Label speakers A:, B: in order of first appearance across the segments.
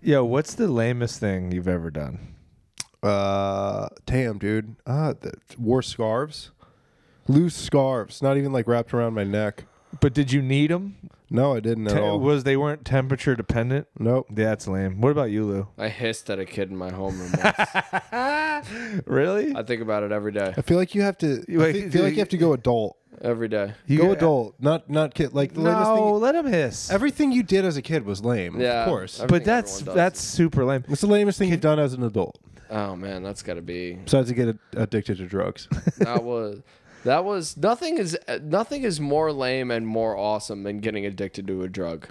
A: Yo, what's the lamest thing you've ever done?
B: Uh, damn, dude. Uh, the, wore scarves, loose scarves, not even like wrapped around my neck.
A: But did you need them?
B: No, I didn't at all.
A: was they weren't temperature dependent?
B: nope.
A: That's lame. What about you, Lou?
C: I hissed at a kid in my homeroom once.
A: Really?
C: I think about it every day.
B: I feel like you have to.
A: You
B: I
A: like-
B: fe- feel like you have to go adult.
C: Every day.
A: You-
B: go adult, not not kid. Like the latest thing.
A: No, let him hiss.
B: everything you did as a kid was lame.
C: Yeah.
B: of course.
C: Every-
A: but
C: everything
A: that's
C: everyone does.
A: that's super lame.
B: What's the lamest thing you've done as an adult
C: Oh man, that's got to be.
B: besides to get ad- addicted to drugs?
C: That was that was nothing is nothing is more lame and more awesome than getting addicted to a drug.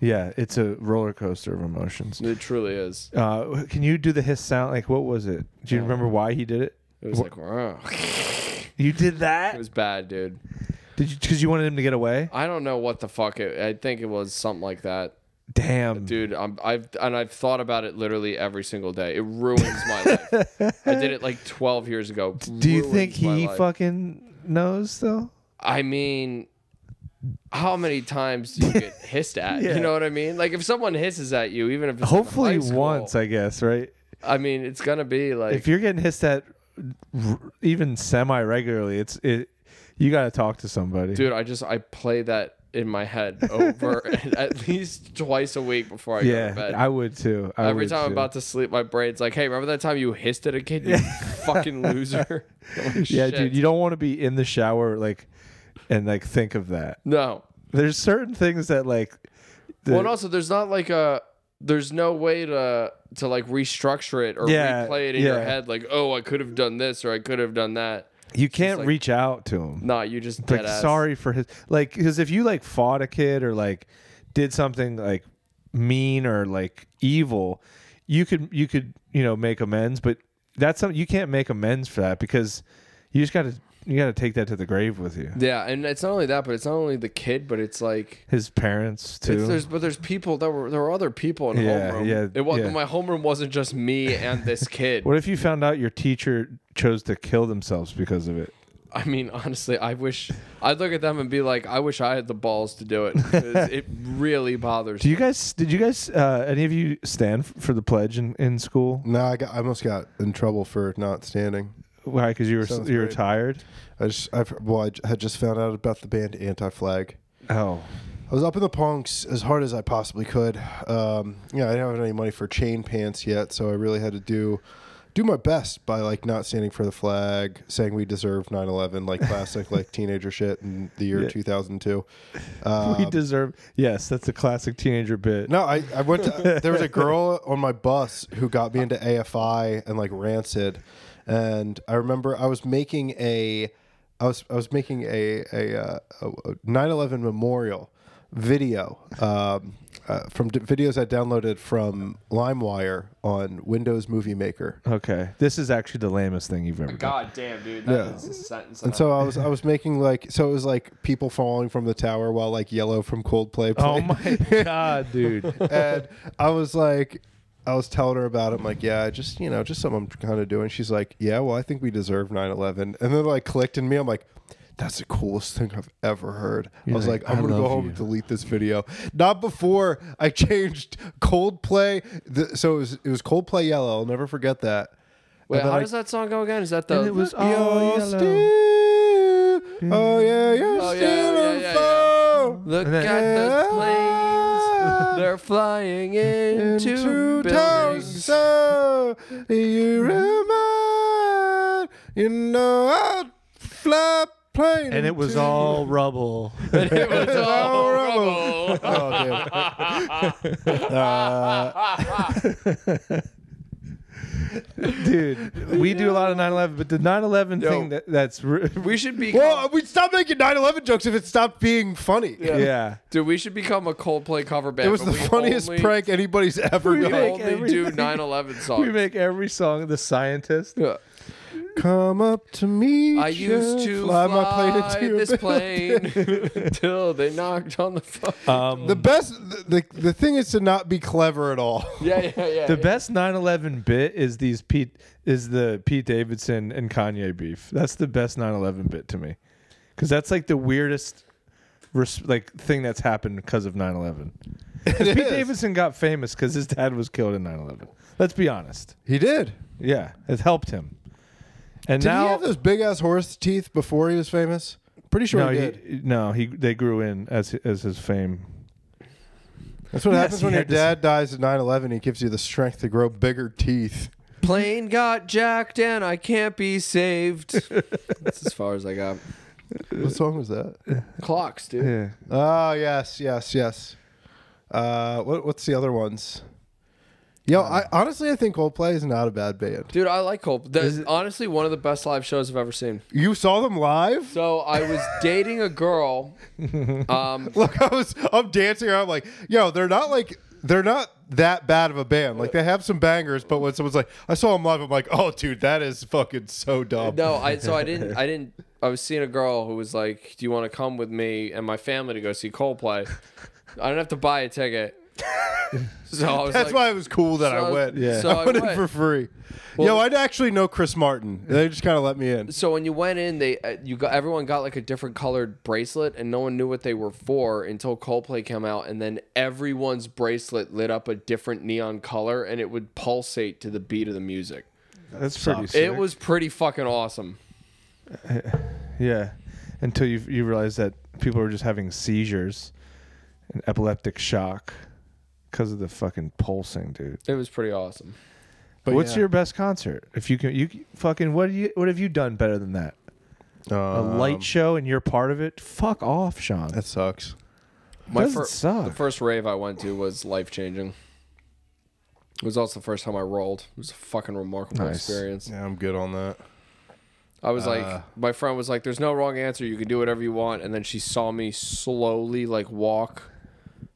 A: Yeah, it's a roller coaster of emotions.
C: It truly is.
A: Uh, can you do the hiss sound? Like, what was it? Do you remember why he did it?
C: It was like, wow.
A: You did
C: it
A: that?
C: was bad, dude.
A: Did you? Because you wanted him to get away?
C: I don't know what the fuck. It, I think it was something like that,
A: Damn.
C: dude. I'm, I've and I've thought about it literally every single day. It ruins my life. I did it like 12 years ago.
A: Do you
C: Ruins
A: think
C: my
A: he
C: life.
A: fucking knows though?
C: I mean, how many times do you get hissed at?
A: Yeah.
C: You know what I mean? Like if someone hisses at you, even if it's in
A: Hopefully
C: high school,
A: once, I guess. Right?
C: I mean, it's gonna be like
A: if you're getting hissed at r- even semi regularly, it's it. You got to talk to somebody.
C: dude i just i play that in my head over at least twice a week before i go to
A: yeah,
C: bed
A: I would too. I
C: every
A: would,
C: time i'm
A: too.
C: about to sleep my brain's like hey remember that time you hissed at a kid you fucking loser Like,
A: Yeah,
C: shit.
A: dude, you don't want to be in the shower like and like think of that.
C: no
A: There's certain things that like. The,
C: well and also there's not like a there's no way to to like restructure it or
A: Yeah,
C: replay it in your
A: yeah.
C: head like oh i could have done this or i could have done that
A: you can't
C: like-
A: reach out to him.
C: no you just
A: like
C: dead ass.
A: sorry for his like because if you like fought a kid or like did something like mean or like evil you could you could you know make amends but that's something you can't make amends for that because you just gotta you gotta take that to the grave with you
C: yeah and it's not only that but it's not only the kid but it's like
A: his parents
C: It's,
A: too
C: there's but there's people that were there were other people in
A: Yeah,
C: homeroom.
A: yeah,
C: it was
A: yeah.
C: my homeroom wasn't just me and this kid.
A: what if you found out your teacher chose to kill themselves because of it
C: I mean, honestly, I wish I'd look at them and be like, I wish I had the balls to do it. 'cause it really bothers.
A: do
C: me.
A: you guys did you guys uh, any of you stand f- for the pledge in, in school
B: no, I got. I almost got in trouble for not standing.
A: why because you were
B: Seventh
A: you were
B: grade.
A: tired
B: I just. I've, well, I j- had just found out about the band Anti Flag.
A: oh
B: I was up in the punks as hard as I possibly could. Um, yeah, I didn't have any money for chain pants yet, so I really had to do do my best by like not standing for the flag, saying we deserve 9/11, like classic like teenager shit in the year
A: Yeah.
B: 2002. Um,
A: we deserve yes that's a classic teenager bit
B: No, I, I went to there was a girl on my bus who got me into AFI and like Rancid, and I remember I was making a I was I was making a a, uh, a, a 9/11 memorial video um, uh, from d- videos I downloaded from LimeWire on Windows Movie Maker.
A: Okay, this is actually the lamest thing you've ever done.
C: God damn, dude, that
B: Yeah.
C: is a sentence.
B: And so I was I was making like so it was like people falling from the tower while like Yellow from Coldplay. Played.
A: Oh my god, dude!
B: and I was like, I was telling her about it. I'm like, yeah, just you know, just something I'm kind of doing. She's like, yeah, well, I think we deserve 9/11. And then like clicked in me. I'm like, that's the coolest thing I've ever heard. I was
A: like,
B: like,
A: "I
B: I'm gonna go
A: love
B: home
A: you."
B: and delete this video. Not before I changed Coldplay. The, so it was it was Coldplay Yellow. I'll never forget that.
C: Wait,
B: And then
C: how
B: I-
C: does that song go again? Is that the?
A: And it was all
B: You're
A: yellow.
B: still, oh yeah, you're
C: Oh, yeah,
B: still
C: yeah,
B: on
C: yeah, yeah.
B: fire.
C: Look
A: And then-
C: at those planes. They're flying into,
B: into town,
C: buildings.
B: so you remind you know I'd fly plane.
A: And it was
B: into-
A: all rubble.
C: And it was all
B: rubble.
C: rubble.
B: Oh damn! Uh,
A: dude, we do a lot of 9/11, but the 9/11
C: Yo.
A: thing that, that's re-
C: We should be.
B: well, um, we'd stop making 9/11 jokes if it stopped being funny.
A: yeah.
C: Dude, we should become a Coldplay cover band.
B: It was
C: but
B: the
C: we
B: funniest
C: only,
B: prank anybody's ever
C: We
A: We make
B: done.
C: only do
A: everything-
C: 9/11 songs.
A: We make every song the scientist.
C: Yeah.
B: Come up to me.
C: I used to fly,
B: your
C: this
B: building.
C: plane till they knocked on the phone.
B: Uh,
A: Um,
B: The best, the, the the thing is to not be clever at all.
C: yeah, yeah, yeah.
A: the best 9/11 bit is these Pete is the Pete Davidson and Kanye beef. That's the best 9/11 bit to me, because that's like the weirdest, res- like thing that's happened because of 9/11. 'Cause Pete
B: is.
A: Davidson got famous because his dad was killed in 9/11. Let's be honest.
B: He did.
A: Yeah, it helped him. And
B: Did
A: now
B: he have those big ass horse teeth before he was famous? Pretty sure
A: no,
B: he did.
A: he, no, he they grew in as as his fame.
B: That's what
A: Yes,
B: happens
A: he
B: when your
A: had this-
B: dad dies at 9/11. He gives you the strength to grow bigger teeth.
C: Plane got jacked and I can't be saved. That's as far as I got.
B: What song was that?
C: Clocks, dude.
A: Yeah.
B: Oh yes, yes, yes. Uh, what, what's the other ones? Yo, I honestly I think Coldplay is not a bad band.
C: Dude, I like Coldplay. That's honestly one of the best live shows I've ever seen.
B: You saw them live?
C: So I was dating a girl. Um,
B: Look, I was I'm dancing around like, yo, they're not like they're not that bad of a band. Like they have some bangers, but when someone's like, I saw them live, I'm like, oh dude, that is fucking so dumb.
C: no, I so I didn't. I didn't. I was seeing a girl who was like, "Do you want to come with me and my family to go see Coldplay?" I don't have to buy a ticket. So I was
B: That's
C: like,
B: why it was cool that I
C: so-
B: went.
C: Yeah. so
B: I
C: I
B: went in
C: went.
B: for free. Yo, I actually know Chris Martin. They just kind of let me in.
C: so when you went in, they uh, you got everyone got like a different colored bracelet, and no one knew what they were for until Coldplay came out, and then everyone's bracelet lit up a different neon color, and it would pulsate to the beat of the music.
A: That's pretty sick.
C: It was pretty fucking awesome.
A: Yeah, until you you realize that people are just having seizures and epileptic shock because of the fucking pulsing, dude.
C: It was pretty awesome.
B: But
A: What's
B: yeah.
A: your best concert? If you can, you c- fucking what do you what have you done better than that? A
B: Um,
A: light show and you're part of it. Fuck off, Sean.
B: That sucks.
C: My
A: Doesn't
C: fir-
A: suck.
C: The first rave I went to was life changing. It was also the first time I rolled. It was a fucking remarkable
A: Nice.
C: experience.
B: Yeah, I'm good on that.
C: I was
A: Uh.
C: like, my friend was like, "There's no wrong answer. You can do whatever you want." And then she saw me slowly like walk,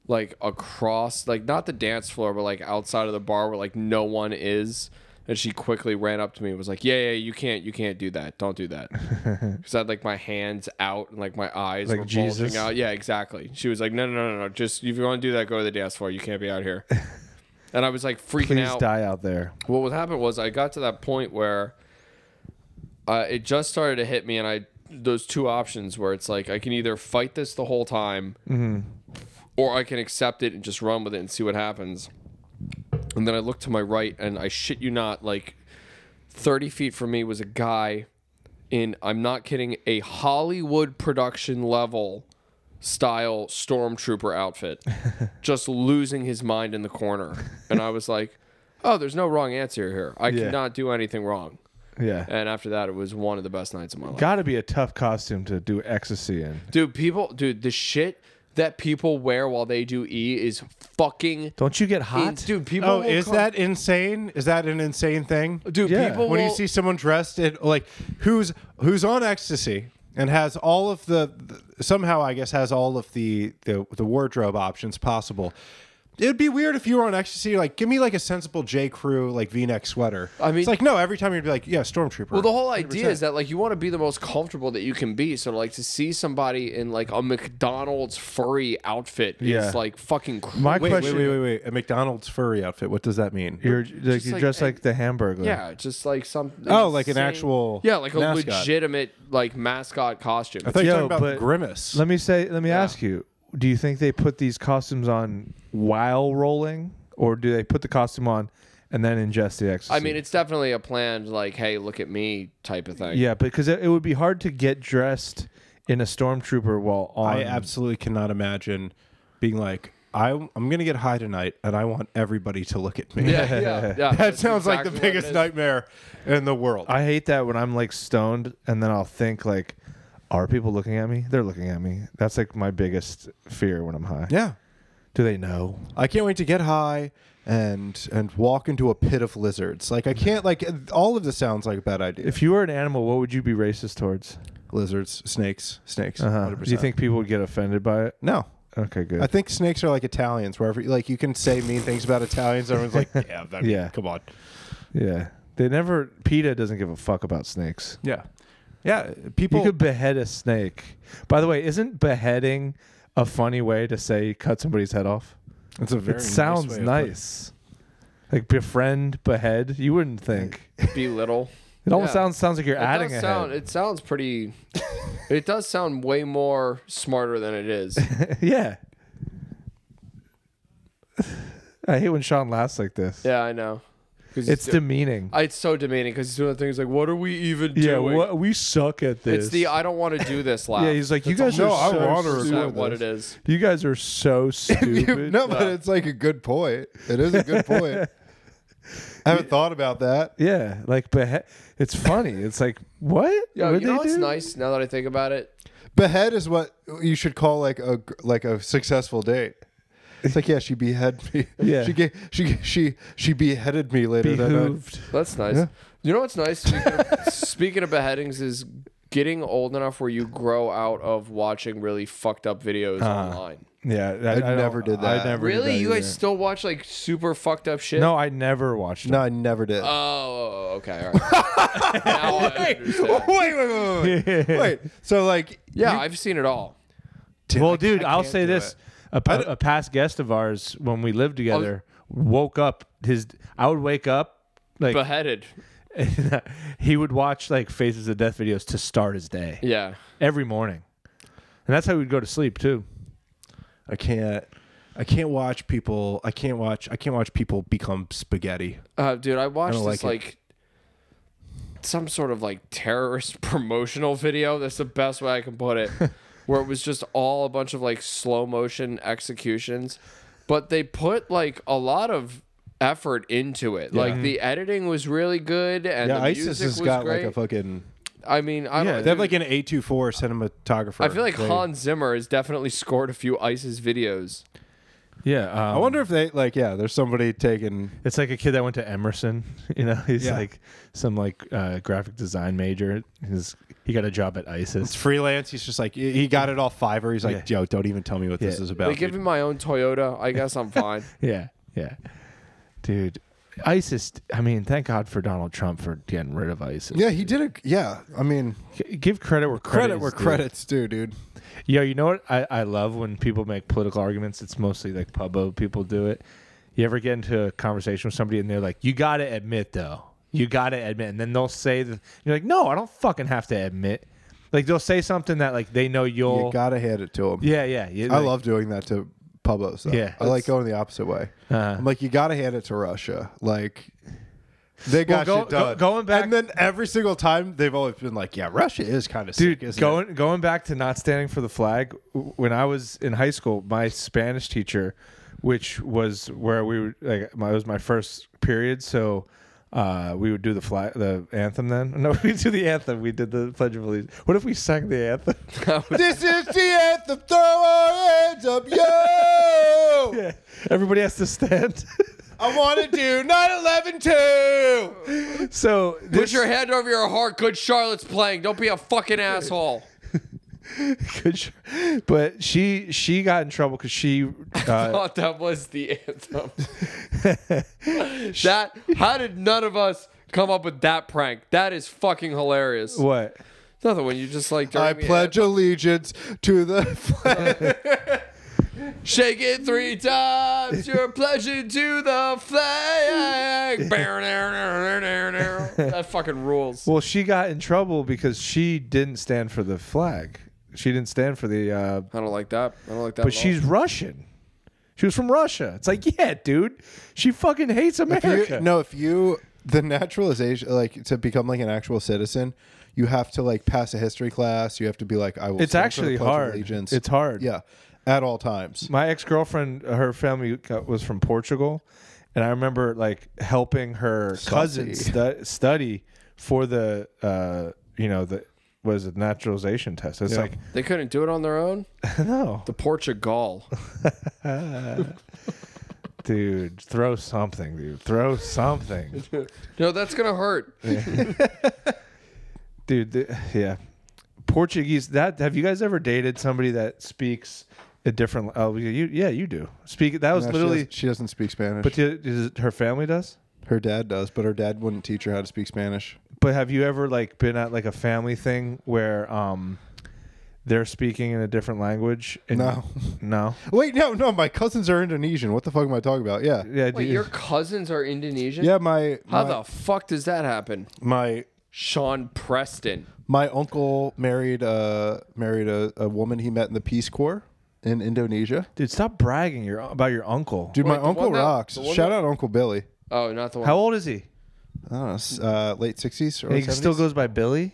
C: like across, like not the dance floor, but like outside of the bar where like no one is. And she quickly ran up to me and was like, "Yeah, yeah, you can't, you can't do that. Don't do that." Because I had like my hands out and like my eyes
A: Like
C: were
A: Jesus?
C: bulging out. Yeah, exactly. She was like, "No, no, no, no, no. Just if you want to do that, go to the dance floor. You can't be out here." And I was like freaking
A: Please
C: out
A: die out there.
C: what would happen was I got to that point where uh, it just started to hit me, and I those two options where it's like I can either fight this the whole time, or I can accept it and just run with it and see what happens. And then I looked to my right, and I shit you not, like thirty feet from me was a guy in I'm not kidding a Hollywood production level style stormtrooper outfit just losing his mind in the corner. And I was like, oh, there's no wrong answer here. I
A: Yeah.
C: could not do anything wrong.
A: Yeah,
C: And after that, it was one of the best nights of my life.
A: got to be a tough costume to do ecstasy in.
C: Dude, people, dude, the shit that people wear while they do E is fucking.
A: Don't you get hot?
C: Dude, people.
B: Oh,
C: will
B: is
C: come-
B: that insane? Is that an insane thing?
C: Dude,
A: Yeah.
C: people.
B: when you
C: will-
B: see someone dressed in like who's who's on ecstasy and has all of the, the- somehow I guess has all of the the, the wardrobe options possible. It'd be weird if you were on ecstasy. Like, give me like a sensible J. Crew like V-neck sweater.
C: I mean-
B: it's like no. Every time you'd be like, yeah, stormtrooper.
C: Well, the whole idea is that like you want to be the most comfortable that you can be. So like to see somebody in like a McDonald's furry outfit
A: Yeah.
C: is like fucking. Cr-
A: My
B: wait, wait, wait,
A: question.
B: wait, wait. A McDonald's furry outfit. What does that mean?
A: You're like you're
C: like
A: dressed
C: a-
A: like the Hamburglar.
C: yeah, just like some.
B: oh, like an
C: insane-
B: actual
C: Yeah, like a
B: mascot.
C: legitimate like mascot costume.
B: I thought you were
A: Yo,
B: talking about
A: but-
B: grimace.
A: Let me say. Let me
C: Yeah.
A: ask you. Do you think they put these costumes on while rolling, or do they put the costume on and then ingest the ecstasy?
C: I mean, it's definitely a planned like, hey, look at me type of thing.
A: yeah, because it, it would be hard to get dressed in a stormtrooper while on.
B: I absolutely cannot imagine being like, I, I'm going to get high tonight and I want everybody to look at me.
C: yeah, yeah. yeah.
B: that
C: That's
B: sounds like the
C: exactly what it
B: biggest
C: is.
B: nightmare in the world.
A: I hate that when I'm like stoned, and then I'll think like, "Are people looking at me? They're looking at me." That's like my biggest fear when I'm high.
B: yeah.
A: Do they know?
B: I can't wait to get high and and walk into a pit of lizards. Like I can't like all of this sounds like a bad idea.
A: If you were an animal, what would you be racist towards?
B: lizards, snakes, snakes.
A: Uh-huh. Do you
B: 100%.
A: think people would get offended by it?
B: No.
A: Okay, good.
B: I think snakes are like Italians wherever like you can say mean things about Italians everyone's like, yeah, that,
A: Yeah.
B: come on.
A: yeah, they never. PETA doesn't give a fuck about snakes.
B: Yeah. Yeah,
A: You
B: people
A: could behead a snake. By the way, isn't beheading a funny way to say cut somebody's head off?
B: It's a very
A: it
B: nice way
A: sounds
B: of putting
A: nice. Like befriend, behead. You wouldn't think.
C: belittle.
A: It almost
C: Yeah.
A: sounds sounds like you're
C: It
A: adding a
C: does sound.
A: head.
C: It sounds pretty. it does sound way more smarter than it is.
A: yeah. I hate when Sean laughs like this.
C: Yeah, I know. 'Cause
A: It's
C: do-
A: demeaning.
C: I- it's so demeaning because he's doing the things like, what are we even
A: yeah,
C: doing?
A: what, we suck at this.
C: it's the I don't want to do this laugh.
A: yeah, he's like, you
B: That's
A: guys
B: all-
A: are
B: No, I
A: so
B: wanna
C: Is
A: stupid.
C: that what it is.
A: You guys are so stupid.
B: no, but it's like a good point. It is a good point. I haven't thought about that.
A: Yeah, like but he- it's funny. It's like what?
C: Yo,
A: What'd
C: you know
A: they
C: what's
A: do?
C: nice now that I think about it?
B: Behead is what you should call like a like a successful date. It's like yeah, she beheaded me.
A: Yeah.
B: she ga- she she she beheaded me later that night.
A: Behooved.
C: That's nice.
B: Yeah.
C: You know what's nice? Speaking of, speaking of beheadings, is getting old enough where you grow out of watching really fucked up videos online.
A: Yeah, I,
B: I
A: don't-
B: never did
A: I
B: that.
A: never did
C: Really?
A: that
C: You guys
A: either.
C: still watch like super fucked up shit?
A: No, I never watched.
B: No, I never did.
C: Oh, okay. All right. now I understand.
B: wait, wait, wait, wait, wait. Wait, So like,
C: Yeah, I've seen it all.
A: it. Well, dude,
B: I
A: I will
B: can't
A: say
B: do
A: this:
B: it.
A: a, pa- a past guest of ours when we lived together woke up his. I would wake up like
C: Beheaded.
A: he would watch like Faces of Death videos to start his day
C: Yeah.
A: every morning, and that's how we'd go to sleep too.
D: I can't. I can't watch people. I can't watch. I can't watch people become spaghetti.
C: Uh, dude, I watched
D: I don't
C: this
D: like
C: like some sort of like terrorist promotional video. That's the best way I can put it. where it was just all a bunch of like slow motion executions, but they put like a lot of effort into it. Like the editing was really good, and
B: yeah,
C: the
B: ISIS
C: music
B: has
C: was
B: got
C: great.
B: like a fucking.
C: I mean, I
D: Yeah,
C: don't.
D: they have
C: dude,
D: like an eight two four cinematographer.
C: I feel like
D: They-
C: Hans Zimmer has definitely scored a few ISIS videos.
A: Yeah,
B: I wonder if they like yeah, there's somebody taking
A: It's like a kid that went to Emerson. You know, he's
D: Yeah.
A: like some like uh, graphic design major. He's he got a job at
D: It's
A: ISIS.
D: freelance. He's just like he he got it all Fiverr. He's like, yo, don't even tell me what this
A: Yeah.
D: is
C: They
D: about.
C: give
D: dude."
C: me my own Toyota. I guess I'm fine.
A: Yeah, yeah, dude. ISIS. I mean, thank God for Donald Trump for getting rid of ISIS.
B: Yeah, he did a yeah. I mean,
A: G- Give credit where credit,
B: credit
A: is
B: where
A: due.
B: credit's due, dude.
A: Yo, you know what I, I love when people make political arguments. It's mostly like pubbo people do it. You ever get into a conversation with somebody and they're like, "You got to admit though, you got to admit," and then they'll say, the, "You're like, no, I don't fucking have to admit." Like they'll say something that like they know you'll.
B: You gotta hand it to him.
A: Yeah, yeah. You,
B: I
A: like-
B: love doing that to Pubos. Though.
A: Yeah.
B: I like going the opposite way.
A: Uh-huh.
B: I'm like, you gotta hand it to Russia. Like, they got
A: go-
B: shit done.
A: go- going back-
B: and then every single time they've always been like, yeah, Russia is kind of
A: Dude,
B: sick, isn't it?
A: going going back to not standing for the flag. w- When I was in high school, my Spanish teacher, which was where we were, like, my, it was my first period, so uh, we would do the flag, the anthem. Then no, we do the anthem. We did the pledge of allegiance. What if we sang the anthem?
B: this is the anthem. Throw our hands up, yo!
A: yeah, everybody has to stand.
B: I want to do 9/11 too.
A: so
C: Put
A: this,
C: your hand over your heart. Good Charlotte's playing. Don't be a fucking asshole.
A: good sh- but she she got in trouble because she
C: I
A: uh,
C: thought that was the anthem. that how did none of us come up with that prank? That is fucking hilarious.
A: what.
C: Another one you just like. during
B: I
C: the
B: pledge allegiance to the flag.
C: anthem, Shake it three times. You're pledging to the flag. that fucking rules.
A: Well, she got in trouble because she didn't stand for the flag. She didn't stand for the. Uh,
C: I don't like that. I don't like that.
A: but she's Russian. She was from Russia. It's like, yeah, dude. She fucking hates
B: If
A: America.
B: you, no, if you the naturalization like to become like an actual citizen, you have to like pass a history class. You have to be like I will.
A: it's
B: stand for
A: actually
B: the Pledge of
A: hard.
B: Allegiance.
A: It's hard.
B: yeah, at all times.
A: My ex girlfriend, her family got- was from Portugal, and I remember like helping her cousin stu- study for the, uh, you know, the was it naturalization test. It's like,
C: They couldn't do it on their own.
A: no,
C: The Portugal.
A: dude, throw something, dude, throw something.
C: No, that's gonna hurt.
A: dude th- yeah portuguese that have you guys ever dated somebody that speaks a different oh you yeah you do speak that was
B: No, she
A: literally
B: doesn't- she doesn't speak Spanish.
A: but you- is it her family does
B: her dad does, but her dad wouldn't teach her how to speak Spanish.
A: but have you ever like been at like a family thing where um they're speaking in a different language and
B: No.
A: no
B: Wait, no, no. My cousins are Indonesian. What the fuck am I talking about? Yeah,
A: yeah
C: Wait,
A: dude.
C: your cousins are Indonesian?
B: yeah. My
C: How
B: my,
C: the fuck does that happen?
B: my
C: Sean Preston.
B: my uncle married uh married a, a woman he met in the Peace Corps in Indonesia.
A: Dude, stop bragging your about your uncle.
B: Dude,
C: Wait,
B: my
C: the
B: uncle
C: one that-
B: rocks.
C: the one
B: Shout
C: that-
B: out Uncle Billy.
C: Oh, not the one.
A: How old is he?
B: I don't know, s- uh, late sixties or
A: He still goes by Billy.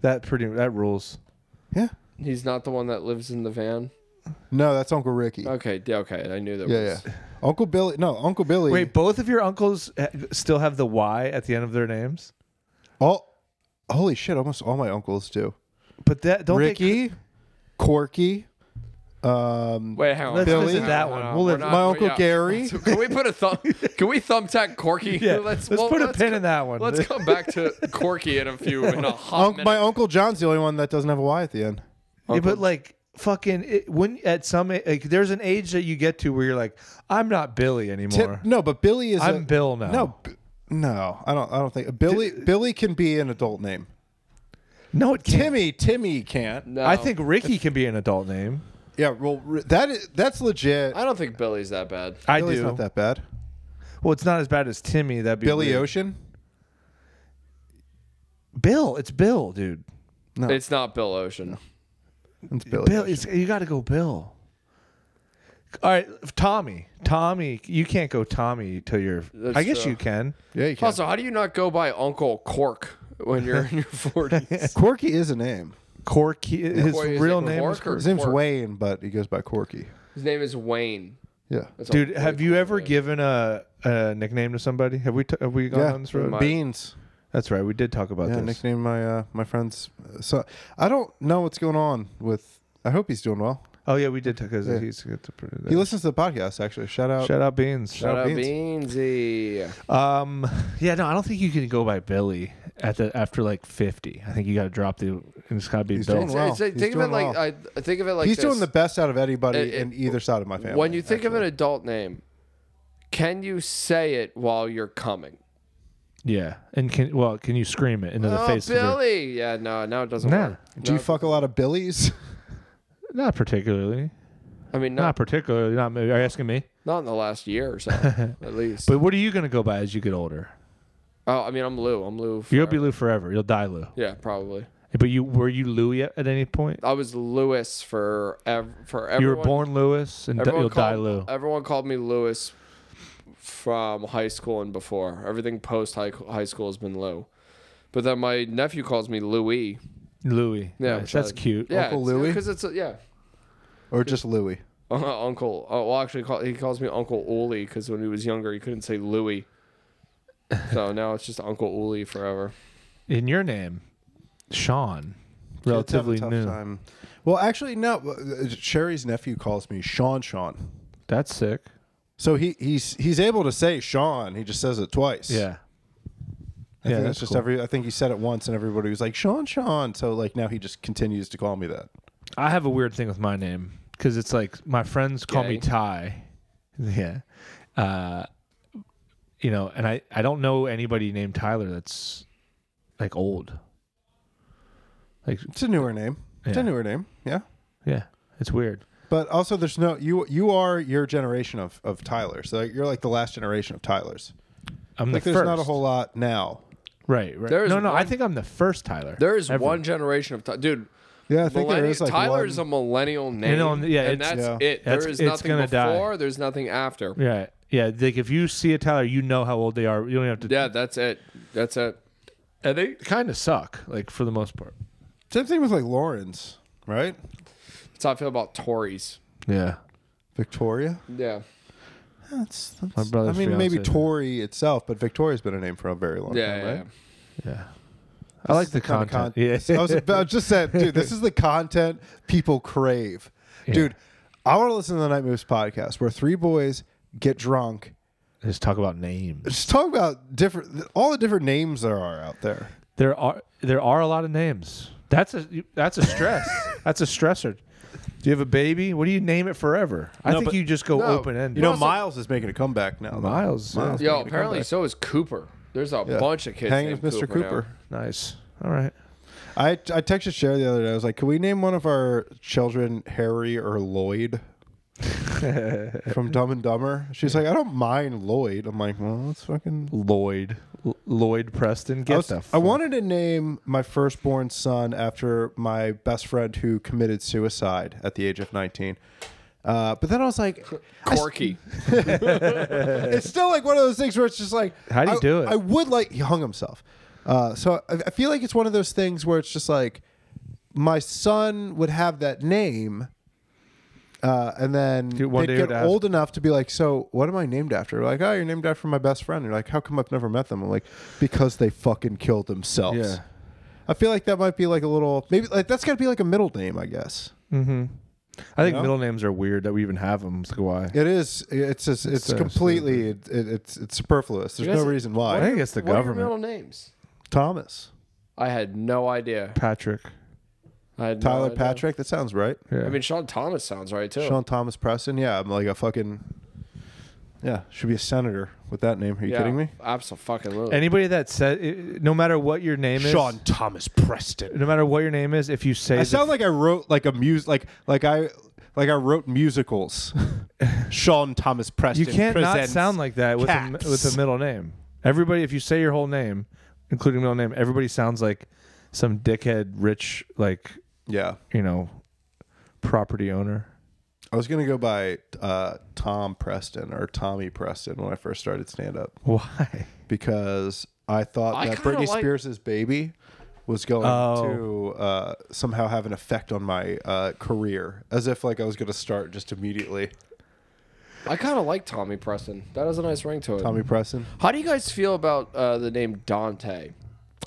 A: That pretty that rules.
B: Yeah.
C: He's not the one that lives in the van.
B: No, that's Uncle Ricky.
C: Okay, yeah, okay, I knew that.
B: Yeah,
C: was.
B: yeah. Uncle Billy. No, Uncle Billy.
A: Wait, both of your uncles ha- still have the Y at the end of their names,
B: All. Holy shit! Almost all my uncles do.
A: but that don't they-
B: Ricky, Corky. Um,
C: Wait, hang on.
A: Let's
C: Billy?
A: visit that one. We'll
C: we're
A: live-
C: not-
B: my
C: we're-
B: Uncle
C: yeah.
B: Gary.
C: So can we put a thumb? Can we thumbtack Corky?
A: yeah, let's,
C: well,
A: put a
C: let's
A: pin
C: co-
A: in that one.
C: Let's come back to Corky in a few in a hot
B: Unc
C: minute.
B: my Uncle John's the only one that doesn't have a Y at the end.
A: Yeah, but like fucking it, when at some a- like there's an age that you get to where you're like I'm not Billy
B: Tip-
A: anymore.
B: no, but Billy is.
A: I'm
B: a-
A: Bill now.
B: No, B- no, I don't. I don't think Billy. Billy can be an adult name.
A: no, it can't.
B: Timmy, Timmy can't.
C: No.
A: I think Ricky can be an adult name.
B: Yeah, well, r- that is that's legit.
C: I don't think Billy's that bad.
A: I
B: Billy's
A: do.
B: not that bad.
A: Well, it's not as bad as Timmy. That'd be
B: Billy
A: weird.
B: Ocean.
A: Bill, it's Bill, dude.
C: It's not Bill Ocean.
B: It's Billy.
A: Bill,
B: Ocean.
A: it's, you got to go Bill. All right, Tommy. Tommy, you can't go Tommy till you're.
C: That's uh,
A: I guess
C: true.
A: you can.
B: yeah, you can.
C: Also, how do you not go by Uncle Cork when you're in your forties?
B: Corky is a name.
A: Corky. His
C: Corey, is
A: real
C: it
A: name is.
C: Cork or-
B: His name's
C: Cork.
B: Wayne, but he goes by Corky.
C: His name is Wayne.
B: Yeah.
C: That's a
A: Dude,
C: really
A: have you
C: cool
A: ever
C: name.
A: given a, a nickname to somebody? Have we t- have we gone
B: Yeah.
A: on this road?
C: My-
B: Beans.
A: That's right. We did talk about
B: Yeah,
A: this.
B: nicknamed my uh, my friend's. So I don't know what's going on with. I hope he's doing well.
A: Oh yeah, we did talk because
B: Yeah.
A: he's got to put it
B: He
A: there.
B: listens to the podcast actually. Shout out.
A: Shout out Beans.
C: Shout out
B: Beans.
C: Beansy.
A: Um, yeah, no, I don't think you can go by Billy at the after like fifty. I think you got to drop the. It's got to be
B: He's
A: Bill.
B: doing well.
C: It's like-
B: He's
C: think of it
B: doing
C: like
B: well.
C: I I think of it like
B: he's doing
C: this.
B: the best out of anybody
C: It- it-
B: in either side of my family.
C: When you think of
B: actually.
C: an adult name, can you say it while you're coming?
A: Yeah, and can well, can you scream it into the
C: oh,
A: face? of her?
C: Billy. Yeah, no, no, it doesn't
A: Nah.
C: work.
B: do you
C: No.
B: fuck a lot of Billies?
A: Not particularly.
C: I mean,
A: Not
C: not
A: particularly. Not maybe. Are you asking me?
C: not in the last year or so, at least.
A: But what are you gonna go by as you get older?
C: oh, I mean, I'm Lou. I'm Lou.
A: You'll
C: forever.
A: be Lou forever. You'll die Lou.
C: Yeah, probably.
A: But you were you Lou yet at any point?
C: I was Lewis for ev- for everyone.
A: you were born Lewis, and di-
C: everyone
A: you'll die
C: called- uh,
A: Lou.
C: Everyone called me Lewis from high school and before. Everything post high high school has been Lou. But then my nephew calls me Louis.
A: Louie.
C: Yeah,
A: Nice.
C: which
A: that's
C: I-
A: cute.
C: Yeah,
B: Uncle Louis?
C: Because it's a, yeah.
B: or just Louis?
C: Uh, Uncle. Uh, well, actually, call, he calls me Uncle Uli because when he was younger, he couldn't say Louis. So now it's just Uncle Uli forever.
A: In your name, Sean,
B: Kids have a
A: relatively
B: tough
A: new.
B: time. Well, actually, no. uh, Sherry's nephew calls me Sean Sean.
A: That's sick.
B: So he he's he's able to say Sean. He just says it twice.
A: Yeah.
B: I
A: yeah,
B: think
A: that's
B: that's just
A: cool.
B: every. I think he said it once, and everybody was like Sean Sean. So like now he just continues to call me that.
A: I have a weird thing with my name because it's like my friends call me
C: Gay.
A: Ty. Yeah. Uh, you know, and I, I don't know anybody named Tyler that's like old. Like,
B: It's a newer name. It's
A: Yeah.
B: a newer name. Yeah.
A: yeah, it's weird.
B: But also, there's no you. You are your generation of of Tyler. So you're like the last generation of Tylers.
A: I'm
B: Like
A: the
B: there's
A: first.
B: not a whole lot now.
A: Right, right.
C: There is
A: no, no, I
C: one-
A: think I'm the first Tyler.
C: There is
A: ever.
C: one generation of Ty- dude.
B: Yeah, I think there
C: millennial-
B: is like
C: Tyler
B: one-
C: is a millennial name.
A: know, yeah,
C: and
A: it's-
C: that's
B: yeah.
C: it.
A: That's-
C: there is
A: it's
C: nothing
A: gonna die.
C: before. There's nothing after.
A: Yeah, yeah. Like if you see a Tyler, you know how old they are. You don't have to.
C: Yeah, that's it. That's it. And they
A: kind of suck. Like for the most part.
B: Same thing with like Lawrence, right?
C: That's how I feel about Tories.
A: Yeah.
B: Victoria.
C: Yeah.
B: That's, that's
A: My brother's
B: I mean, maybe
A: fiance.
B: Tory itself, but Victoria's been a name for a very long
C: Yeah.
B: time,
C: yeah,
B: right?
C: yeah.
A: Yeah. I like the
B: kind of
A: content.
B: con- I was about just saying, dude, this is the content people crave. Dude, I want to listen to the Night Moves podcast where three boys get drunk.
A: Just talk about names.
B: Just talk about different, all the different names there are out there.
A: There are there are a lot of names. That's a that's a stress. that's a stressor. Do you have a baby? What do you name it forever? I
D: No,
A: think
D: but-
A: you just go
C: No.
A: open ended.
D: Oh, You know, Miles is making a comeback now. though.
A: Miles. yeah.
B: Miles.
C: Yo, apparently so is Cooper. There's a bunch of kids.
B: Hanging
C: named
B: with Mr. Cooper.
C: now.
A: Nice. All right.
B: I, I texted Cher the other day. I was like, can we name one of our children Harry or Lloyd? from Dumb and Dumber. She's like, I don't mind Lloyd. I'm like, well, let's fucking.
A: Lloyd, L- Lloyd Preston. Get
B: I, was-
A: the.
B: I
A: fuck-
B: wanted to name my firstborn son after my best friend who committed suicide at the age of 19. Uh, but then I was like, I s-
C: Corky.
B: it's still like one of those things where it's just like,
A: How do you
B: I-
A: do it?
B: I would like he hung himself. Uh, so I, I feel like it's one of those things where it's just like, my son would have that name, uh, and then
A: Dude, one
B: they'd
A: day
B: get
A: you'd ask-
B: old enough to be like, "So, what am I named after?" Like, "Oh, you're named after my best friend." You're like, "How come I've never met them?" I'm like, "Because they fucking killed themselves."
A: Yeah.
B: I feel like that might be like a little maybe like that's got to be like a middle name, I guess.
A: Mm-hmm. I think
B: you know?
A: middle names are weird that we even have them. It's like, why?
B: It is. It's just, it's
A: so
B: completely it, it, it's it's superfluous. There's no
C: doesn't-
B: reason
A: I
B: why.
A: think it's the
C: What are your
A: government.
C: middle names?
B: Thomas,
C: I had no idea.
A: Patrick.
C: I had no
B: Tyler
C: idea.
B: Patrick. That sounds right.
A: Yeah.
C: I mean, Sean Thomas sounds right too.
B: Sean Thomas Preston. Yeah, I'm like a fucking. Yeah, should be a senator with that name. Are you
C: Yeah,
B: kidding me?
C: Absolutely.
A: Anybody that said, no matter what your name is,
D: Sean Thomas Preston.
A: No matter what your name is, if you say
B: I
A: the-
B: sound like I wrote like a mus like like I like I wrote musicals.
D: Sean Thomas Preston.
A: you can't not
D: presents
A: sound like that with a,
D: Cats.
A: with a middle name. Everybody, if you say your whole name, including middle name, everybody sounds like some dickhead rich, like
B: yeah,
A: you know, property owner.
B: I was gonna go by uh, Tom Preston or Tommy Preston when I first started stand up
A: Why?
B: because I thought
C: I
B: that
C: kinda
B: Britney
C: like-
B: Spears' baby was going
A: Oh.
B: to uh, somehow have an effect on my uh, career, as if like I was gonna start just immediately.
C: I kind of like Tommy Preston. That has a nice ring to it.
B: Tommy Preston.
C: How do you guys feel about uh, the name Dante?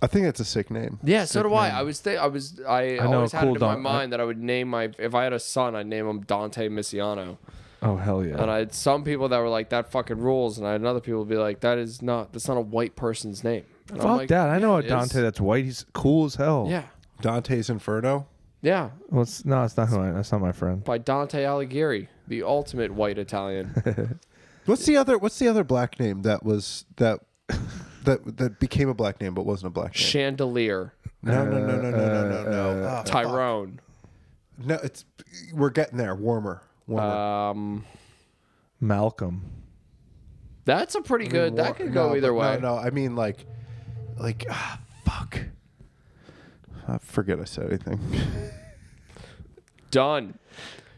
B: I think that's a sick name.
C: Yeah, so do I. I was th- I was I,
A: know a
C: always had
A: cool
C: it in my
A: Don-
C: mind that I would name my if I had a son, I'd name him Dante Missiano.
A: Oh hell yeah!
C: And I had some people that were like that fucking rules, and I had other people would be like that is not that's not a white person's name. And I'm
A: Fuck
C: like,
A: that! I know
C: yeah,
A: a
C: it
A: Dante
C: is.
A: that's white. He's cool as hell.
C: Yeah,
B: Dante's Inferno.
C: yeah,
A: Well, it's, no, it's not who I. That's not my friend.
C: by Dante Alighieri, the ultimate white Italian.
B: What's the other What's the other black name that was that that that became a black name but wasn't a black name?
C: Chandelier,
B: No, no, no, no, no, no, no, no. Oh,
C: Tyrone.
B: no, it's we're getting there. Warmer, warmer.
C: Um,
A: Malcolm.
C: that's a pretty good.
B: War-
C: That could go
B: no,
C: either
B: but
C: way.
B: No, no, I mean like, like ah, fuck. I forget I said anything.
C: Done.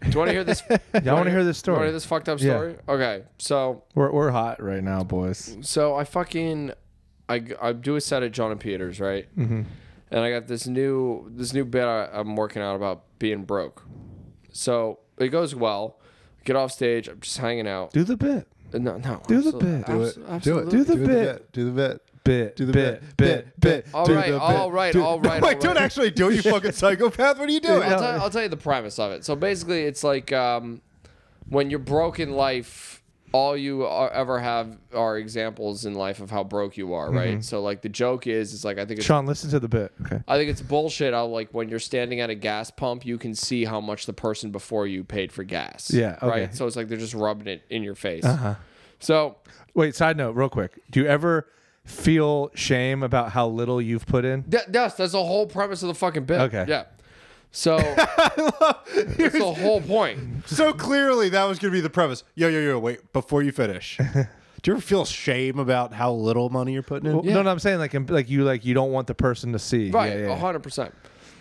C: Do you want to hear this? I
A: Yeah, I want to hear this
C: You want to
A: story.
C: hear this fucked up
A: Yeah.
C: story? Okay, so
A: We're we're hot right now, boys.
C: so I fucking I, g- I do a set at John and Peters, right? Mm-hmm. And I got this new this new bit I, I'm working out about being broke. So it goes well. Get off stage. I'm just hanging out.
A: Do the bit.
C: Uh, no, no.
A: Do the
C: absol-
A: bit.
B: Do it.
C: abso-
B: Do
C: absolutely.
B: it.
A: Do the bit.
B: Do the bit.
A: Bit.
B: Do the
A: bit.
B: bit.
A: Bit. Bit.
C: All
B: Do
C: right,
B: the bit.
C: all right,
B: Do-
C: all right,
B: Wait,
C: all
B: don't
C: right.
B: actually do it, you fucking psychopath. What are you doing?
C: I'll, tell, I'll tell you the premise of it. So basically, it's like um, when you're broke in life, all you are, ever have are examples in life of how broke you are,
A: Mm-hmm.
C: right? So like the joke is, is like I think it's
A: Sean, listen to the bit. Okay.
C: I think it's bullshit. How like when you're standing at a gas pump, you can see how much the person before you paid for gas.
A: Yeah, okay. Uh-huh.
C: right. So it's like they're just rubbing it in your face. So
A: Wait, side note, real quick. Do you ever feel shame about how little you've put in?
C: that, that's that's the whole premise of the fucking bit.
A: Okay.
C: Yeah. So that's the whole point.
B: So clearly, that was going to be the premise. Yo, yo, yo, wait, before you finish.
D: Do you ever feel shame about how little money you're putting in?
A: No, no, I'm saying like im- like you like you don't want the person to see.
C: Right,
A: Yeah, yeah,
C: a hundred percent.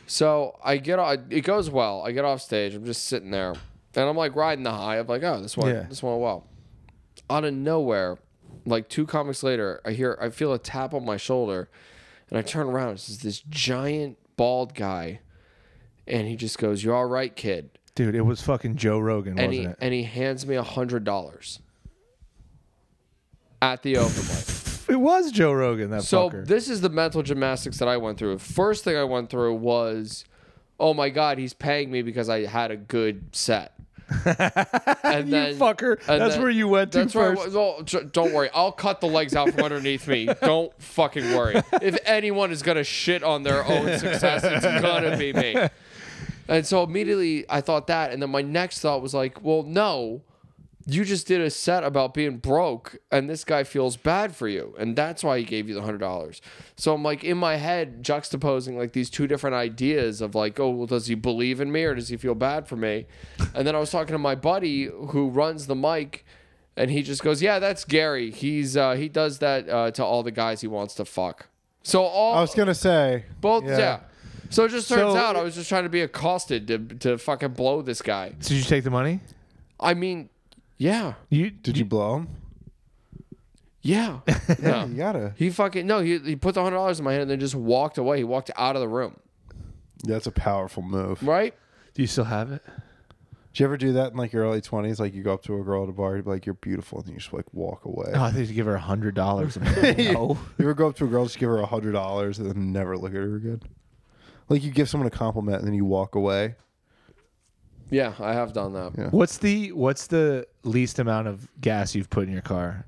C: So I get on. It goes well. I get off stage. I'm just sitting there, and I'm like riding the high of like, oh, this one,
A: Yeah.
C: this one, well. Out of nowhere, like two comics later, I hear, I feel a tap on my shoulder, and I turn around. It's just this giant bald guy, and he just goes, "You're all right, kid,"
A: Dude, it was fucking Joe Rogan,
C: and
A: wasn't
C: he
A: it?
C: and he hands me a hundred dollars at the open mic.
A: It was Joe Rogan that
C: So
A: fucker.
C: this is the mental gymnastics that I went through. First thing I went through was, oh my god, he's paying me because I had a good set. and
A: You fucker. That's where you went to
C: uh, that's where I
A: first.
C: was- well, j- don't worry, I'll cut the legs out from underneath me. Don't fucking worry. If anyone is gonna shit on their own success, it's gonna be me. And so immediately I thought that, and then my next thought was like, well, no, you just did a set about being broke and this guy feels bad for you and that's why he gave you the hundred dollars so i'm like in my head juxtaposing like these two different ideas of like oh well does he believe in me or does he feel bad for me and then i was talking to my buddy who runs the mic and he just goes yeah that's gary he's uh, he does that uh, to all the guys he wants to fuck so all
B: I was gonna say
C: both yeah, so it just turns
A: So-
C: out i was just trying to be accosted to, to fucking blow this guy
A: Did you take the money?
C: i mean yeah
A: You
B: Did you blow him?
C: yeah No.
B: You gotta.
C: He fucking no. He, he put the hundred dollars in my hand and then just walked away. He walked out of the room.
B: That's a powerful move.
C: Right?
A: do you still have it?
B: Did you ever do that in like your early twenties? Like you go up to a girl at a bar, you'd be like, "You're beautiful," and you just like walk away.
A: Oh, I think you give her a hundred dollars. no.
B: You ever go up to a girl, just give her a hundred dollars, and then never look at her again? Like you give someone a compliment and then you walk away.
C: Yeah, I have done that.
B: Yeah.
A: What's the what's the least amount of gas you've put in your car?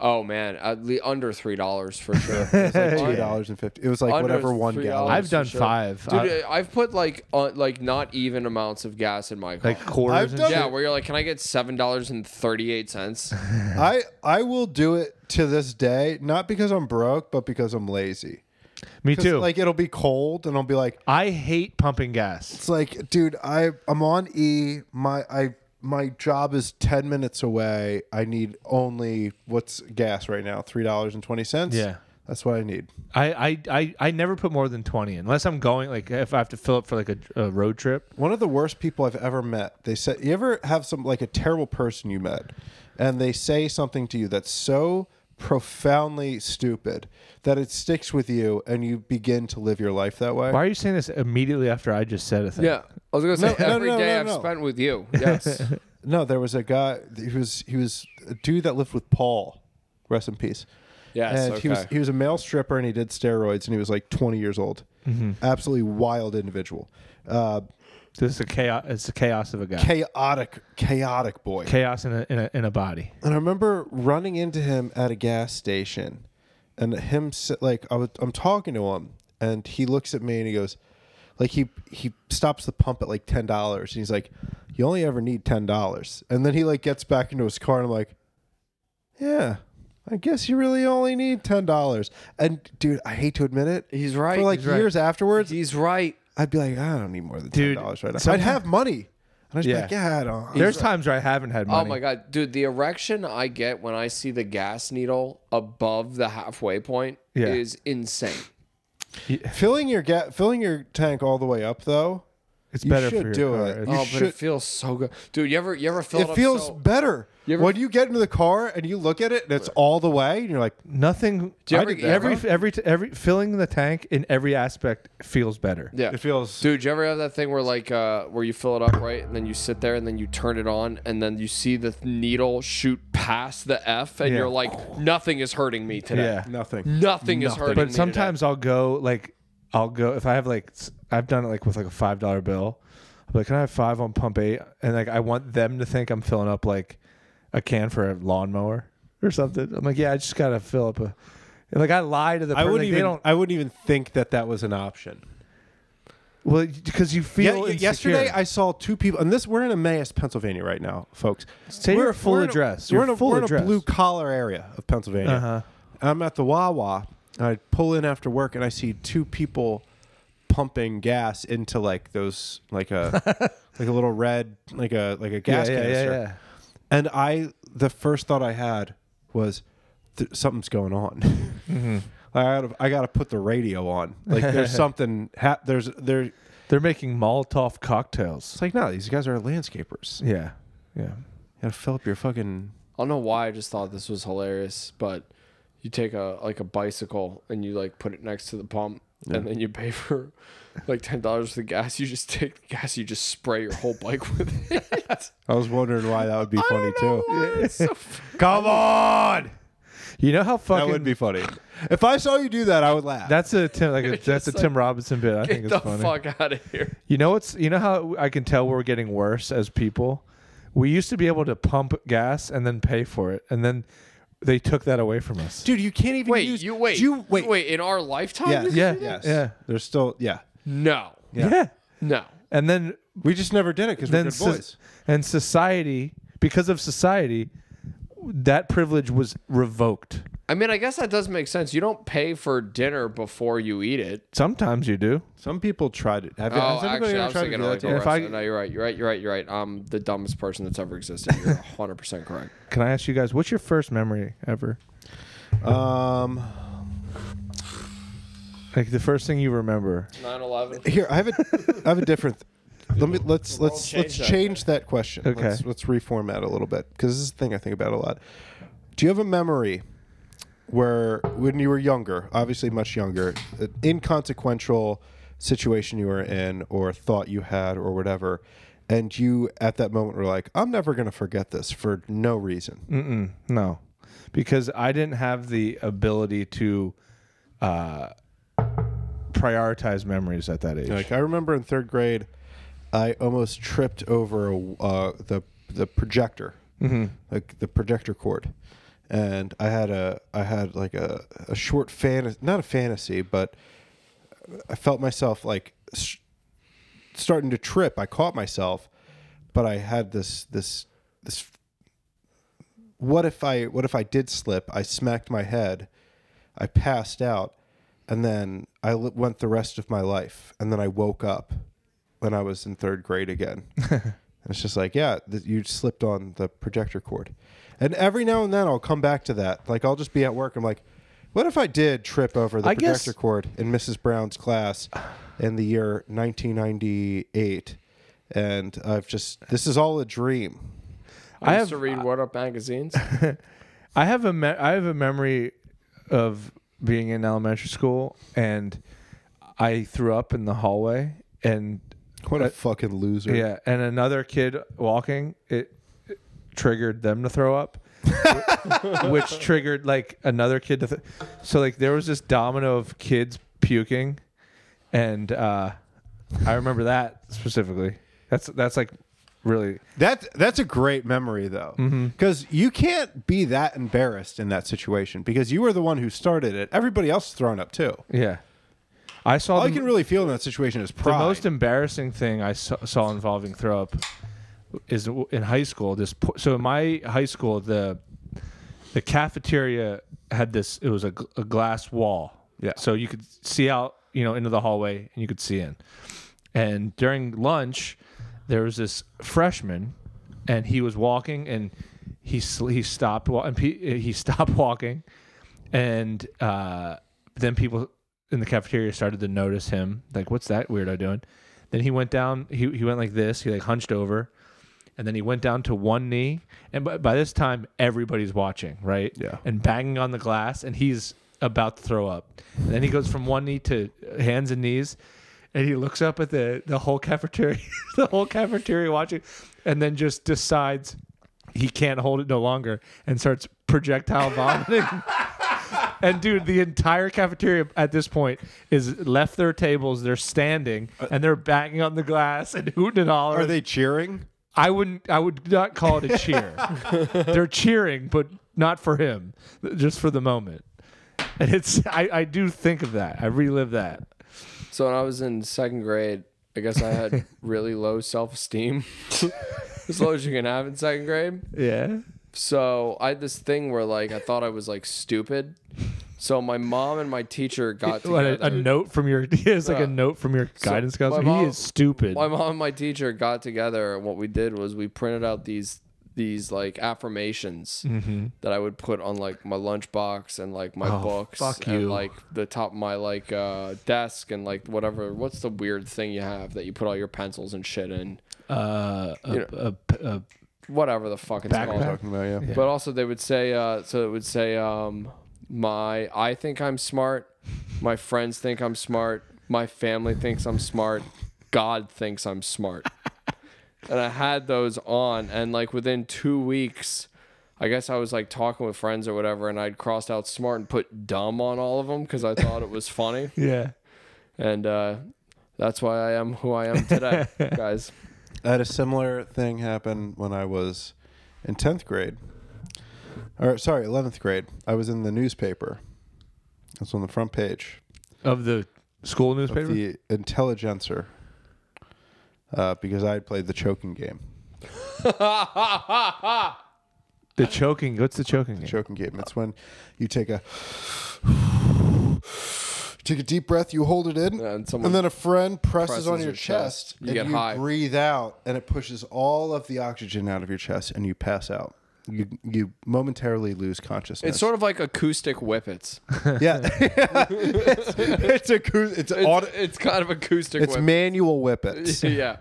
C: Oh man, at le- under three dollars for sure.
B: It was like two dollars and fifty. It was like
C: Under
B: whatever one
C: $3.
B: gallon.
A: I've done
C: Oh, for sure.
A: five.
C: Dude,
A: I-
C: I, have put like uh, like not even amounts of gas in my car.
A: like quarters.
B: I've
A: and
B: done-
A: shit?
C: yeah, where you're like, can I get seven dollars and thirty eight cents?
B: I I will do it to this day, not because I'm broke, but because I'm lazy.
A: Me
B: 'Cause,
A: too.
B: Like it'll be cold, and I'll be like,
A: I hate pumping gas.
B: It's like, dude, I I'm on E. My I my job is ten minutes away. I need only what's gas right now? Three dollars and twenty cents.
A: Yeah.
B: that's what I need.
A: I, I, I, I never put more than twenty unless I'm going like if I have to fill up for like a, a road trip.
B: One of the worst people I've ever met. They said, you ever have some like a terrible person you met, and they say something to you that's so profoundly stupid that it sticks with you, and you begin to live your life that way.
A: Why are you saying this immediately after I just said a thing?
C: Yeah, I was gonna say
B: No,
C: every
B: no, no,
C: day
B: no,
C: I've
B: no.
C: spent with you. Yes.
B: No, there was a guy. He was he was a dude that lived with Paul. Rest in peace.
C: Yes,
B: and he was
C: okay.
B: he was a male stripper and he did steroids and he was like 20 years old. Absolutely wild individual. Uh,
A: This is a chaos. It's the chaos of a guy.
B: chaotic, chaotic boy.
A: chaos in a, in a in a body.
B: and I remember running into him at a gas station, and him s- like I was, I'm talking to him, and he looks at me and he goes, like he he stops the pump at like ten dollars, and he's like, you only ever need ten dollars, and then he like gets back into his car, and I'm like, yeah. I guess you really only need ten dollars, and dude, I hate to admit it.
C: He's right,
B: For like
C: he's right.
B: years afterwards,
C: He's right.
B: I'd be like, I don't need more than ten
A: Dude,
B: dollars right now. I'd
A: sometimes-
B: have money, and I'd just
A: Yeah.
B: be like, yeah, I don't.
A: There's times where I haven't had money.
C: Oh my god, dude, the erection I get when I see the gas needle above the halfway point
A: Yeah.
C: is insane.
B: filling your ga- filling your tank all the way up though.
A: It's
B: You
A: better
B: should
A: for your
B: do
A: car.
B: it.
A: It's-
B: You
C: oh, but
B: should-
C: it feels so good, dude. You ever you ever fill it,
B: It
C: up
B: feels
C: so-
B: better
C: You ever-
B: when you get into the car and you look at it and it's all the way and you're like,
A: Nothing.
C: Do you
A: I
C: ever
A: did
C: get
A: every
C: drunk?
A: every t- every filling the tank in every aspect feels better.
C: yeah.
B: it feels.
C: Dude, you ever have that thing where like uh, where you fill it up right, and then you sit there, and then you turn it on, and then you see the needle shoot past the F, and
A: Yeah.
C: you're like, nothing is hurting me today.
A: Yeah.
B: Nothing.
C: Nothing is hurting. me
A: But
C: today."
A: sometimes I'll go like I'll go if I have like s- I've done it like with like a five dollar bill. I'll be like, can I have five on pump eight? And like I want them to think I'm filling up like a can for a lawnmower or something. I'm like, yeah, I just gotta fill up a. and, like I lie to the.
D: I
A: per-
D: wouldn't
A: like,
D: even.
A: They don't,
D: I wouldn't even think that that was an option.
A: well, because you
D: Yeah,
A: feel.
D: y-
A: insecure.
D: yesterday I saw two people, and this we're in Emmaus, Pennsylvania, right now, folks.
A: Say
D: we're
A: your full
D: we're in a-
A: address.
D: We're
A: Your
D: in a,
A: full
D: we're in
A: address.
D: a blue collar area of Pennsylvania.
A: Uh-huh.
D: I'm at the Wawa. And I pull in after work, and I see two people pumping gas into like those, like a, like a little red, like a like a
A: Yeah,
D: gas
A: yeah, yeah,
D: canister.
A: yeah.
D: And I, the first thought I had was, th- something's going on.
A: Mm-hmm.
D: I gotta, I gotta put the radio on. Like there's something. Ha- there's there.
A: They're making Molotov cocktails.
D: It's like no, these guys are landscapers. You
A: Yeah, yeah.
D: gotta fill up your fucking.
C: I don't know why I just thought this was hilarious, but you take a like a bicycle and you like put it next to the pump and then you pay for like ten dollars for the gas. You just take the gas, you just spray your whole bike with it.
D: I was wondering why that would be funny too.
C: It's so f-
D: Come on,
A: You know how
D: that
A: fucking
D: would be funny. If I saw you do that, I would laugh.
A: That's a Tim like a, that's a
C: just
A: Tim Robinson bit. I think
C: get
A: it's
C: the
A: funny.
C: fuck out of here.
A: You know what's you know how I can tell we're getting worse as people. We used to be able to pump gas and then pay for it, and then they took that away from us.
D: dude. You can't even
C: Wait,
D: use.
C: you wait,
D: You wait.
C: wait. In our lifetime,
D: Yes.
C: this-
A: yeah,
D: Yes.
A: yeah,
D: There's still yeah.
C: no,
A: yeah,
C: no.
A: And then
D: We just never did it because we're
A: then
D: good
A: so-
D: boys.
A: and society because of society, that privilege was revoked.
C: I mean, I guess that does make sense. You don't pay for dinner before you eat it.
A: Sometimes you do.
D: Some people tried it. Have
C: Oh,
D: has anybody
C: actually,
D: ever
C: I was
D: tried to
C: thinking
D: do
C: of
D: that
C: like
D: to
C: the
D: you?
A: If I-
C: restaurant. No, you're right. You're right. You're right. You're right. I'm the dumbest person that's ever existed. You're 100 percent correct.
A: Can I ask you guys what's your first memory ever?
D: Um,
A: Like the first thing you remember?
C: 9/11.
B: Here, I have a, I have a different. Let me let's let's
C: change
B: let's
C: that.
B: change that question.
A: Okay.
B: Let's, let's reformat a little bit because this is the thing I think about a lot. Do you have a memory where, when you were younger, obviously much younger, an inconsequential situation you were in or thought you had or whatever, and you at that moment were like, "I'm never going to forget this for no reason."
A: Mm-mm, no, because I didn't have the ability to uh, prioritize memories at that age.
B: Like I remember in third grade, I almost tripped over a, uh, the the projector, like the projector cord, and I had a I had like a a short fantasy, not a fantasy, but I felt myself like s starting to trip. I caught myself, but I had this this this. What if I what if I did slip? I smacked my head. I passed out, and then I li- went the rest of my life, and then I woke up when I was in third grade again. and it's just like, yeah, th- you slipped on the projector cord, and every now and then I'll come back to that. Like I'll just be at work. I'm like, what if I did trip over the
A: I guess-
B: projector cord in Mrs. Brown's class in the year 1998, and I've just this is all a dream.
C: I,
A: I
C: used
A: have-
C: to read What Up magazines.
A: I have a me- I have a memory of being in elementary school and I threw up in the hallway and
B: What a fucking loser!
A: yeah, and another kid walking it, it triggered them to throw up. wh- which triggered like another kid to th- so like there was this domino of kids puking and uh I remember that specifically. That's that's like really
D: That that's a great memory though,
A: Mm-hmm.
D: because you can't be that embarrassed in that situation because you were the one who started it. Everybody else is thrown up too.
A: yeah. I saw
D: All
A: the
D: you can really feel in that situation is pride.
A: The most embarrassing thing I saw, saw involving throw up is w- in high school. This po- so in my high school the the cafeteria had this. It was a, gl- a glass wall.
D: Yeah.
A: So you could see out, you know, into the hallway, and you could see in. And during lunch, there was this freshman, and he was walking, and he sl- he stopped wa- and pe- he stopped walking, and uh, then people in the cafeteria started to notice him. Like, what's that weirdo doing? Then he went down. He he went like this. He like hunched over, and then he went down to one knee. And by, by this time, everybody's watching, right?
D: Yeah.
A: And banging on the glass, and he's about to throw up. And then he goes from one knee to uh, hands and knees, and he looks up at the the whole cafeteria, the whole cafeteria watching, and then just decides he can't hold it no longer and starts projectile vomiting. And dude, the entire cafeteria at this point is left their tables. They're standing and they're banging on the glass and hooting and hollering.
D: Are they cheering?
A: I wouldn't. I would not call it a cheer. they're cheering, but not for him, just for the moment. And it's. I, I do think of that. I relive that.
C: So when I was in second grade, I guess I had really low self esteem, as low as you can have in second grade.
A: Yeah.
C: So I had this thing where like I thought I was like stupid. So my mom and my teacher got
A: What,
C: Uh, together.
A: a, a note from your. It's like
C: Yeah.
A: a note from your guidance
C: my
A: counselor.
C: mom-
A: he is stupid.
C: my mom and my teacher got together and what we did was we printed out these these like affirmations
A: Mm-hmm.
C: that I would put on like my lunchbox and like my books
A: Oh, fuck
C: and
A: you.
C: like the top of my like uh, desk and like whatever what's the weird thing you have that you put all your pencils and shit in
A: uh, a,
C: You
A: a- a-
C: whatever the fuck it's
A: Backpack?
C: called
B: Talking about yeah.
C: But also they would say uh, so it would say um, my I think I'm smart, my friends think I'm smart, my family thinks I'm smart, God thinks I'm smart. and I had those on and like within 2 weeks I guess I was like talking with friends or whatever and I'd crossed out smart and put dumb on all of them cuz I thought it was funny
A: yeah.
C: and uh that's why I am who I am today, guys.
B: I had a similar thing happen when I was in 10th grade. Or, sorry, 11th grade. I was in the newspaper. It's on the front page
A: Of the school newspaper.
B: of the Intelligencer uh, because I had played the choking game.
A: The choking. What's the choking? game?
E: choking game. It's when you take a take a deep breath, you hold it in,
C: And
E: and,
C: someone
E: then a friend presses,
C: presses
E: on your,
C: your
E: chest,
C: chest. You
E: and
C: get
E: you
C: high.
E: breathe out, and it pushes all of the oxygen out of your chest, and you pass out. You you momentarily lose consciousness.
C: It's sort of like acoustic whippets.
E: of yeah. it's a cru- it's
C: It's,
E: auto,
C: it's kind of acoustic
E: it's
C: whippets.
E: manual whippets.
C: yeah.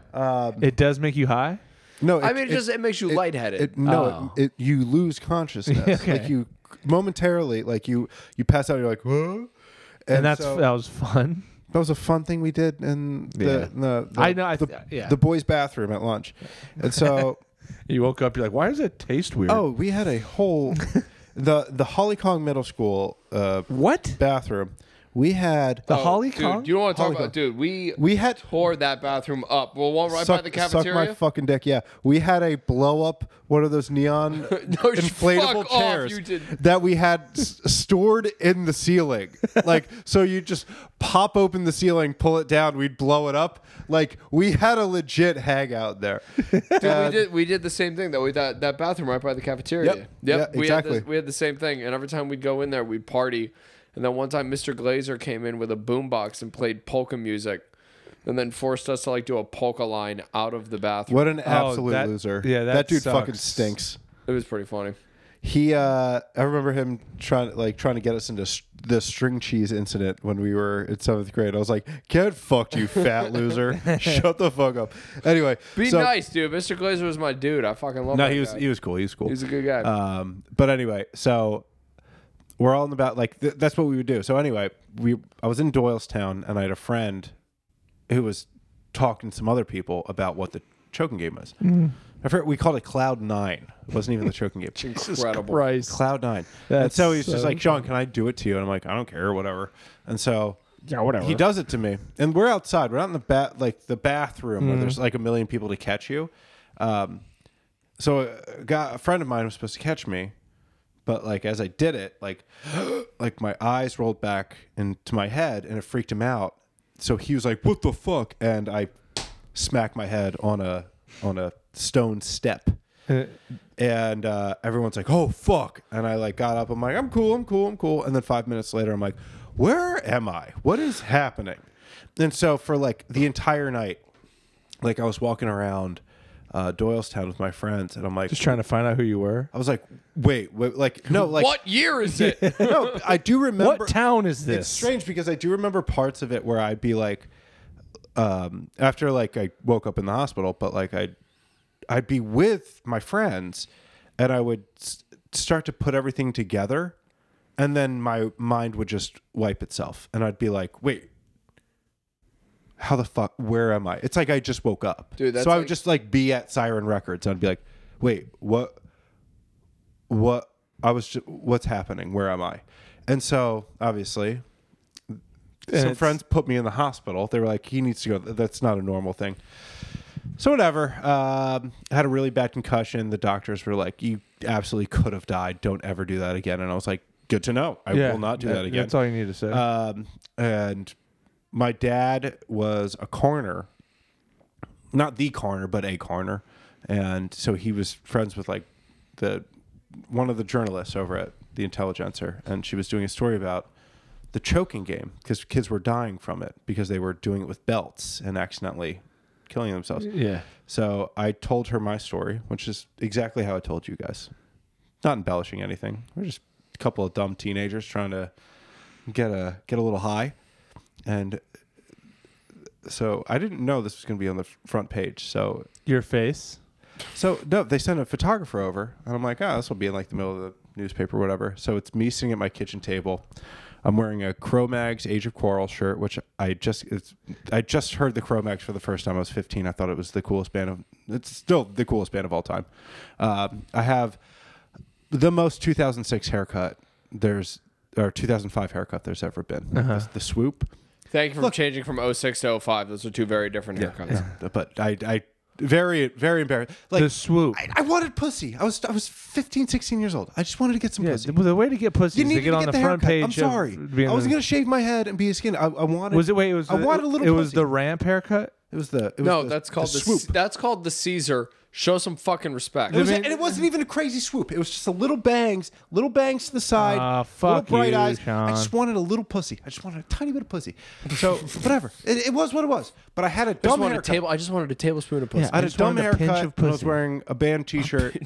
A: It does make you high.
E: No,
C: I mean, it just- it makes you lightheaded. Oh.
E: It, no, it, it, you lose consciousness.
A: Okay.
E: Like you momentarily, like you you pass out. You're like, whoa.
A: And, that's
E: so-
A: that was fun.
E: That was a fun thing we did in the,
A: Yeah.
E: the, the
A: I know, I-
E: the,
A: yeah.
E: the boys' bathroom at lunch, and so
A: You woke up. You're like, why does it taste weird?
E: oh, we had a whole the the Holly Kong Middle School uh,
A: what?
E: bathroom. We had
A: The
C: Oh,
A: Holly
C: dude,
A: Kong.
C: You don't want to talk
E: Holly
C: about,
E: Kong.
C: dude. We
E: we had
C: tore that bathroom up. Well, one right by
E: suck,
C: the
E: suck my
C: cafeteria.
E: fucking dick. Yeah, we had a blow up one of those neon
C: you
E: inflatable
C: fuck off,
E: chairs
C: you did-
E: that we had s- stored in the ceiling. like so, you just pop open the ceiling, pull it down, we'd blow it up. Like we had a legit hangout there. Uh,
C: Dude, we did we did the same thing though. We that that bathroom right by the cafeteria.
E: Yep. Yeah,
C: we
E: exactly.
C: Had the, we had the same thing, and every time we'd go in there, we'd party. And then one time, Mr. Glazer came in with a boombox and played polka music, and then forced us to like do a polka line out of the bathroom.
E: What an absolute
A: Oh, that-
E: loser.
A: yeah, that
E: dude
A: sucks.
E: fucking stinks.
C: It was pretty funny.
E: He, uh, I remember him trying, like, trying to get us into s the string cheese incident when we were in seventh grade. I was like, "Get fucked, you fat loser! Shut the fuck up." Anyway,
C: Be
E: so-
C: nice, dude. Mr. Glazer was my dude. I fucking love.
B: No,
C: that
B: he was
C: guy.
B: he was cool. He was cool.
C: He's a good guy.
E: Uh,
B: Um, but anyway, so we're all in about like th- that's what we would do. So anyway, we I was in Doylestown and I had a friend who was talking to some other people about what the choking game was.
C: Mm.
B: I forget, we called it Cloud Nine. It wasn't even the choking game.
C: Incredible.
A: Christ.
B: Cloud Nine. and
A: That's
B: so he's just
A: so
B: like, Sean, can I do it to you? And I'm like, I don't care, whatever. And so
A: Yeah, whatever.
B: he does it to me, and we're outside. We're not in the bat like the bathroom
A: Mm-hmm.
B: where there's like a million people to catch you. Um, so a, a guy, a friend of mine was supposed to catch me, but like as I did it, like like my eyes rolled back into my head, and it freaked him out. So he was like, "What the fuck?" And I smacked my head on a on a stone step.
A: Uh,
B: And uh, everyone's like, "Oh fuck!" And I like got up. I'm like, "I'm cool. I'm cool. I'm cool." And then five minutes later, I'm like, "Where am I? What is happening?" And so for like the entire night, like I was walking around uh, Doylestown with my friends, and I'm like,
A: Just trying to find out who you were.
B: I was like, "Wait, wait like no, like
C: what year is it?
B: no, I do remember."
A: what town is
B: it's
A: this?
B: strange because I do remember parts of it where I'd be like, um, after like I woke up in the hospital, but like I, would I'd be with my friends, and I would s- start to put everything together, and then my mind would just wipe itself, and I'd be like, wait. How the fuck? Where am I? It's like I just woke up,
C: Dude, that's
B: so I would
C: like-
B: just like be at Siren Records. and I'd be like, "Wait, what? what I was just, what's happening? Where am I? And so obviously some
A: it's-
B: friends put me in the hospital. They were like, he needs to go. That's not a normal thing. So whatever. Um, I had a really bad concussion. The doctors were like, you absolutely could have died. Don't ever do that again. And I was like, good to know. I will not do that, again.
A: That's all you need to say.
B: Um, and my dad was a coroner, not the coroner, but a coroner, and so he was friends with like the one of the journalists over at the Intelligencer, and she was doing a story about the choking game because kids were dying from it because they were doing it with belts and accidentally killing themselves.
A: yeah.
B: So I told her my story, which is exactly how I told you guys. Not embellishing anything. We're just a couple of dumb teenagers trying to get a get a little high. And so I didn't know this was going to be on the f- front page. So
A: Your face.
B: so no, they sent a photographer over, and I'm like, oh, this will be in like the middle of the newspaper, or whatever. So it's me sitting at my kitchen table. I'm wearing a Cro-Mags Age of Quarrel shirt, which I just it's, I just heard the Cro-Mags for the first time. I was 15. I thought it was the coolest band of it's still the coolest band of all time. Um, I have the most 2006 haircut there's or 2005 haircut there's ever been. It's The, swoop.
C: Thank you for changing from 06 to 05. Those are two very different haircuts.
B: But I I very very embarrassed. Like
A: The swoop.
B: I, I wanted pussy. I was I was 15, 16 years old. I just wanted to get some
A: yeah,
B: pussy.
A: the, the way to get pussy
B: You
A: is to
B: needed
A: get, on the, front
B: haircut.
A: page.
B: I'm
A: of
B: sorry.
A: being
B: I was
A: the-
B: gonna shave my head and be a skin. I, I wanted.
A: Was it? Wait, it was.
B: I wanted a little.
A: It was
B: pussy.
A: the ramp haircut.
B: It was the it was
C: No,
B: the-
C: that's called
B: the
C: the,
B: swoop.
C: C- that's called the Caesar. Show some fucking respect.
B: It was- and it wasn't even a crazy swoop. It was just a little bangs, little bangs to the side,
A: Ah,
B: little
A: fuck
B: bright
A: you,
B: eyes.
A: Sean.
B: I just wanted a little pussy. I just wanted a tiny bit of pussy. So whatever, it, it was what it was. But I had a
C: I
B: dumb
C: just wanted a
B: haircut.
C: table. I just wanted a tablespoon of pussy.
A: Yeah,
B: I had
A: I
B: a
A: just
B: dumb
A: wanted a pinch
B: haircut.
A: of
B: and I was
A: pussy.
B: wearing a band T-shirt,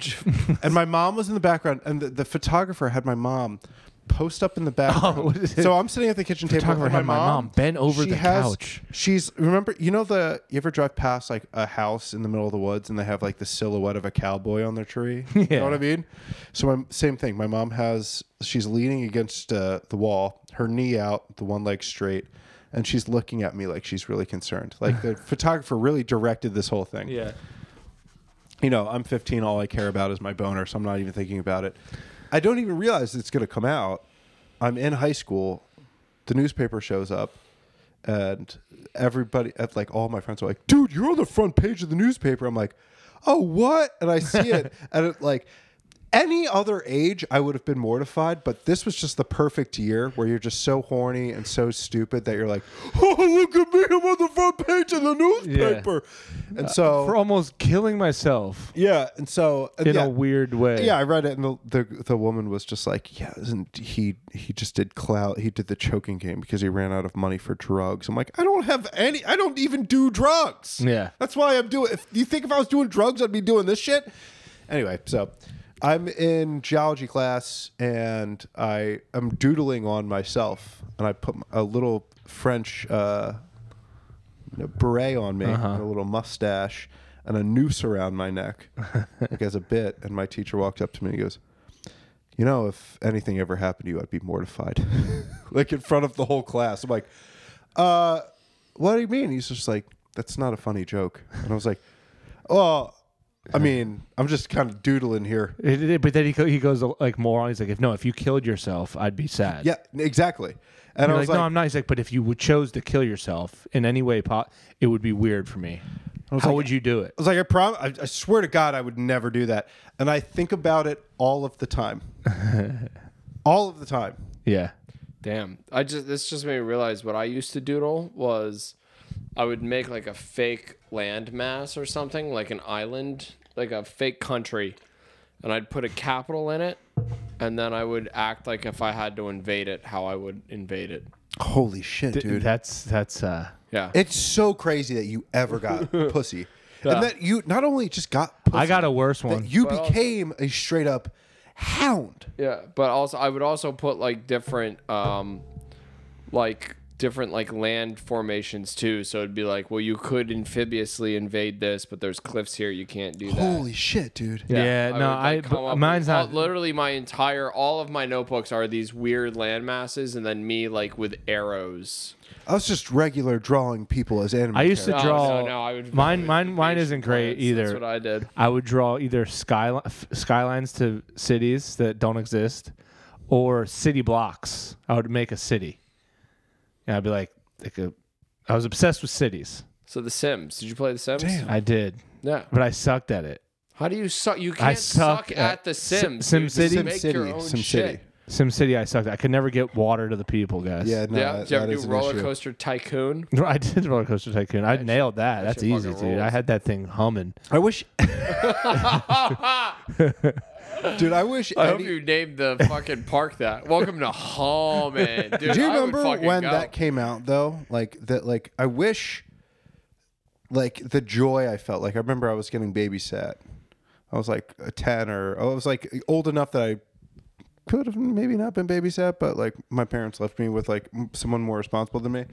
B: and my mom was in the background, and the, the photographer had my mom post up in the back.
A: Oh, what is it?
B: so I'm sitting at the kitchen table.
A: Photographer
B: and
A: had my mom bent over
B: she
A: the
B: has-
A: couch.
B: She's remember you know the you ever drive past like a house in the middle of the woods and they have like the silhouette of a cowboy on their tree. You
A: Yeah.
B: know what I mean? So my, same thing. My mom has she's leaning against uh, the wall, her knee out, the one leg straight. And she's looking at me like she's really concerned. Like the photographer really directed this whole thing
C: yeah.
B: you know, I'm 15. All I care about is my boner, so I'm not even thinking about it. I don't even realize it's going to come out. I'm in high school. The newspaper shows up, and everybody at like all my friends are like, "Dude, you're on the front page of the newspaper." I'm like, "Oh, what?" And I see it, and it like. Any other age, I would have been mortified, but this was just the perfect year where you're just so horny and so stupid that you're like, "Oh, look at me! I'm on the front page of the newspaper," and so
A: for almost killing myself
B: yeah, and so and
A: in
B: Oh. yeah,
A: a weird way.
B: yeah, I read it, and the, the the woman was just like, "Yeah, isn't he? He just did clout. He did the choking game because he ran out of money for drugs." I'm like, "I don't have any. I don't even do drugs.
A: Yeah.
B: that's why I'm doing. If you think if I was doing drugs, I'd be doing this shit." Anyway, so I'm in geology class, and I am doodling on myself, and I put a little French. Uh, a beret on me, and a little mustache, and a noose around my neck, like as a bit. And my teacher walked up to me and he goes, "You know, if anything ever happened to you, I'd be mortified." like in front of the whole class. I'm like, "Uh, what do you mean?" He's just like, "That's not a funny joke." And I was like, "Oh." I mean, I'm just kind of doodling here.
A: It- it- but then he, go- he goes like more on. He's like, if no, if you killed yourself, I'd be sad.
B: Yeah, exactly.
A: And
B: And I
A: you're
B: was
A: like,
B: like,
A: no, I'm not. He's like, but if you would chose to kill yourself in any way, po- it would be weird for me. How would you do it?
B: I was like, I prom- I, I swear to God, I would never do that. And I think about it all of the time, all of the time.
A: Yeah.
C: Damn. I just this just made me realize what I used to doodle was I would make like a fake landmass or something, like an island, like a fake country, and I'd put a capital in it, and then I would act like if I had to invade it, how I would invade it.
B: Holy shit, dude!
A: That's that's uh
C: Yeah.
B: it's so crazy that you ever got pussy, and that you not only just got pussy,
A: I got a worse
B: that
A: one.
B: you became a straight up hound.
C: Yeah, but also I would also put like different, um, like different like land formations too. So it'd be like, well, you could amphibiously invade this, but there's cliffs here. You can't do that.
B: Holy shit, dude!
A: yeah, no,
C: would,
A: I,
C: like, come
A: but
C: up
A: mine's
C: with-
A: not.
C: all- literally my entire all of my notebooks are these weird land masses, and then me like with arrows. Oh,
B: I was just regular drawing people as animals.
A: I used to
C: No,
A: draw.
C: no, no, I would-
A: mine,
C: I
A: mine,
C: would
A: mine
C: invasion
A: isn't great
C: plans.
A: either.
C: That's what I did.
A: I would draw either skyline, skylines to cities that don't exist, or city blocks. I would make a city, and I'd be like, like a. I was obsessed with cities.
C: So the Sims. Did you play the Sims?
A: I did,
C: Yeah.
A: but I sucked at it.
C: How do you suck? You can't
A: I
C: suck,
A: suck
C: at,
A: at
C: the
A: Sim-
C: Sims.
A: Sim
C: dude.
A: City.
C: Just make your own
B: Sim
C: shit.
B: City.
A: SimCity, I sucked. At. I could never get water to the people, guys.
B: Yeah, no,
C: yeah.
B: that-
C: Did you ever
B: that
C: do
B: is an
C: roller
B: issue.
C: coaster tycoon?
A: I did roller coaster tycoon. I nailed that. That's
C: shit
A: easy, dude.
C: fucking rules.
A: I had that thing humming.
B: I wish, dude. I wish.
C: I
B: any-
C: hope you named the fucking park that. Welcome to Hall, man. Dude,
B: Do you
C: I would
B: remember
C: fucking
B: when
C: go.
B: that came out though? Like that like I wish like the joy I felt. Like I remember I was getting babysat. I was like a 10 or oh, I was like old enough that I could have maybe not been babysat, but like my parents left me with like m- someone more responsible than me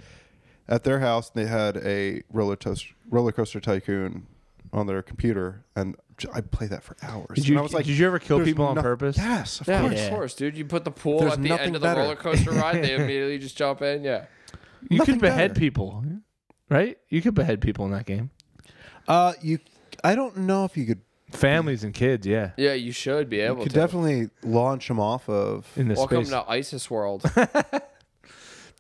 B: at their house. They had a roller coaster roller coaster tycoon on their computer and j- I played that for hours.
A: Did you-
B: and I was like,
A: did you ever kill
B: "There's
A: people on
B: noth-
A: purpose?"
B: Yes, of
C: Yeah,
B: course.
C: of course, dude. You put the pool
B: There's
C: at the
B: nothing
C: end of the
B: better.
C: roller coaster ride, they immediately just jump in. Yeah.
A: You
B: Nothing
A: could behead
B: better.
A: people, right? You could behead people in that game.
B: Uh you I don't know if you could
A: Families and kids, yeah.
C: Yeah, you should be able
B: could
C: to.
B: definitely launch him off of
A: In the
C: Welcome
A: space,
C: to ISIS world.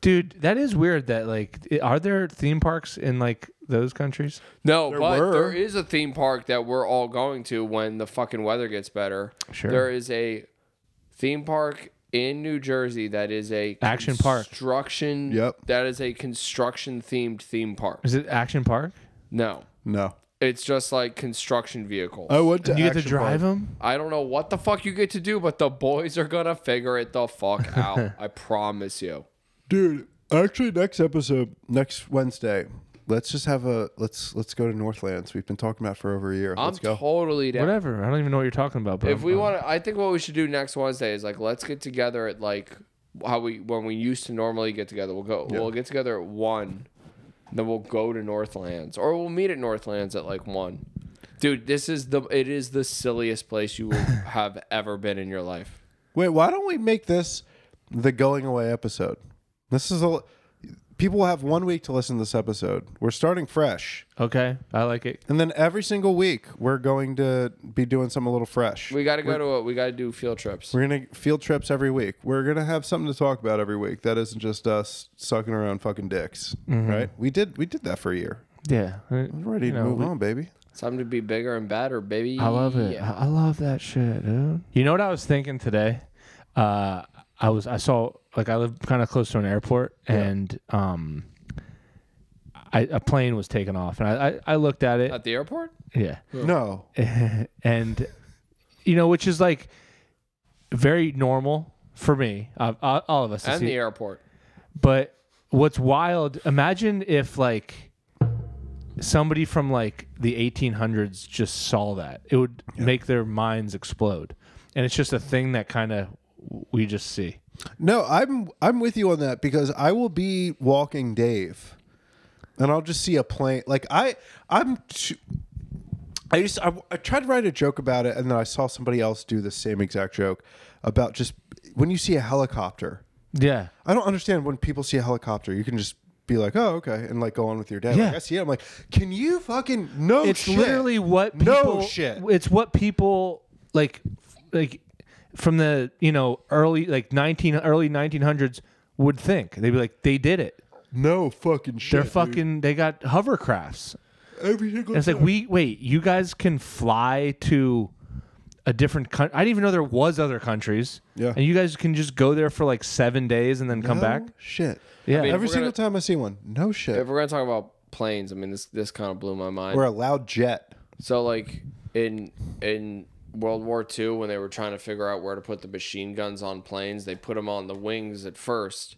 A: dude. That is weird. That like, i- are there theme parks in like those countries?
C: No, but
B: were.
C: there is a theme park that we're all going to when the fucking weather gets better.
A: Sure.
C: There is a theme park in New Jersey that is a
A: Action park.
C: construction.
B: Yep.
C: That is a construction themed theme park.
A: Is it Action Park?
C: No,
D: No.
C: it's just like construction vehicles.
B: I went to
A: you get to
B: Action
A: drive
B: Park.
A: them?
C: I don't know what the fuck you get to do, but the boys are gonna figure it the fuck out. I promise you.
B: dude. Actually, next episode, next Wednesday, let's just have a let's let's go to Northlands. We've been talking about it for over a year.
C: I'm
B: let's go.
C: totally down.
A: Whatever. I don't even know what you're talking about. But
C: If
A: I'm-
C: we
A: I'm-
C: want to, I think what we should do next Wednesday is like let's get together at like how we when we used to normally get together. We'll go. We'll get together at one, then we'll go to Northlands, or we'll meet at Northlands at like one. Dude, this is the it is the silliest place you will have ever been in your life.
B: Wait, why don't we make this
D: The going away episode.
B: This is a
D: People will have one week to listen to this episode. We're starting fresh.
A: okay, I like it.
B: and then every single week we're going to be doing something a little fresh.
C: We got to go to a, we got to do field trips.
B: We're gonna field trips every week. We're gonna have something to talk about every week. That isn't just us sucking around fucking dicks, right? We did we did that for a year.
A: Yeah, I-
B: We're ready
A: you
B: to
A: know,
B: move
A: we-
B: on, baby.
C: Time to be bigger and badder, baby.
A: I love it. I I love that shit, dude. You know what I was thinking today? Uh, I was I saw like I live kind of close to an airport, and um, I, a plane was taking off, and I I, I looked at it.
C: At the airport?
A: yeah,
B: No,
A: and you know, which is like very normal for me. Uh, all all of us. to
C: And
A: see-
C: the airport.
A: But what's wild? Imagine if like somebody from like the 1800s just saw that. It would make their minds explode. And it's just a thing that kind of we just see.
B: no, I'm I'm with you on that because I will be walking Dave, and I'll just see a plane. Like I I'm. Too, I just I, I tried to write a joke about it, and then I saw somebody else do the same exact joke about just when you see a helicopter.
A: Yeah.
B: I don't understand when people see a helicopter, you can just be like, "Oh, okay," and like go on with your day.
A: Yeah.
B: Like, I see it. I'm like, "Can you fucking no?"
A: It's
B: Oh, shit.
A: literally what people
B: no shit.
A: It's what people like like from the, you know, early like 19 early 1900s would think. They'd be like they did it.
B: No fucking shit.
A: They're
B: dude.
A: fucking they got hovercrafts.
B: every single.
A: And it's like
B: time.
A: we wait. You guys can fly to a different country. I didn't even know there was other countries.
B: Yeah.
A: And you guys can just go there for like seven days and then come
B: No
A: back.
B: Shit.
A: Yeah.
C: mean-
B: Every
C: we're
B: single time I see one, no shit.
C: If we're gonna talk about planes, I mean this this kind of blew my mind.
B: or a loud jet.
C: So like in in World War II, when they were trying to figure out where to put the machine guns on planes, they put them on the wings at first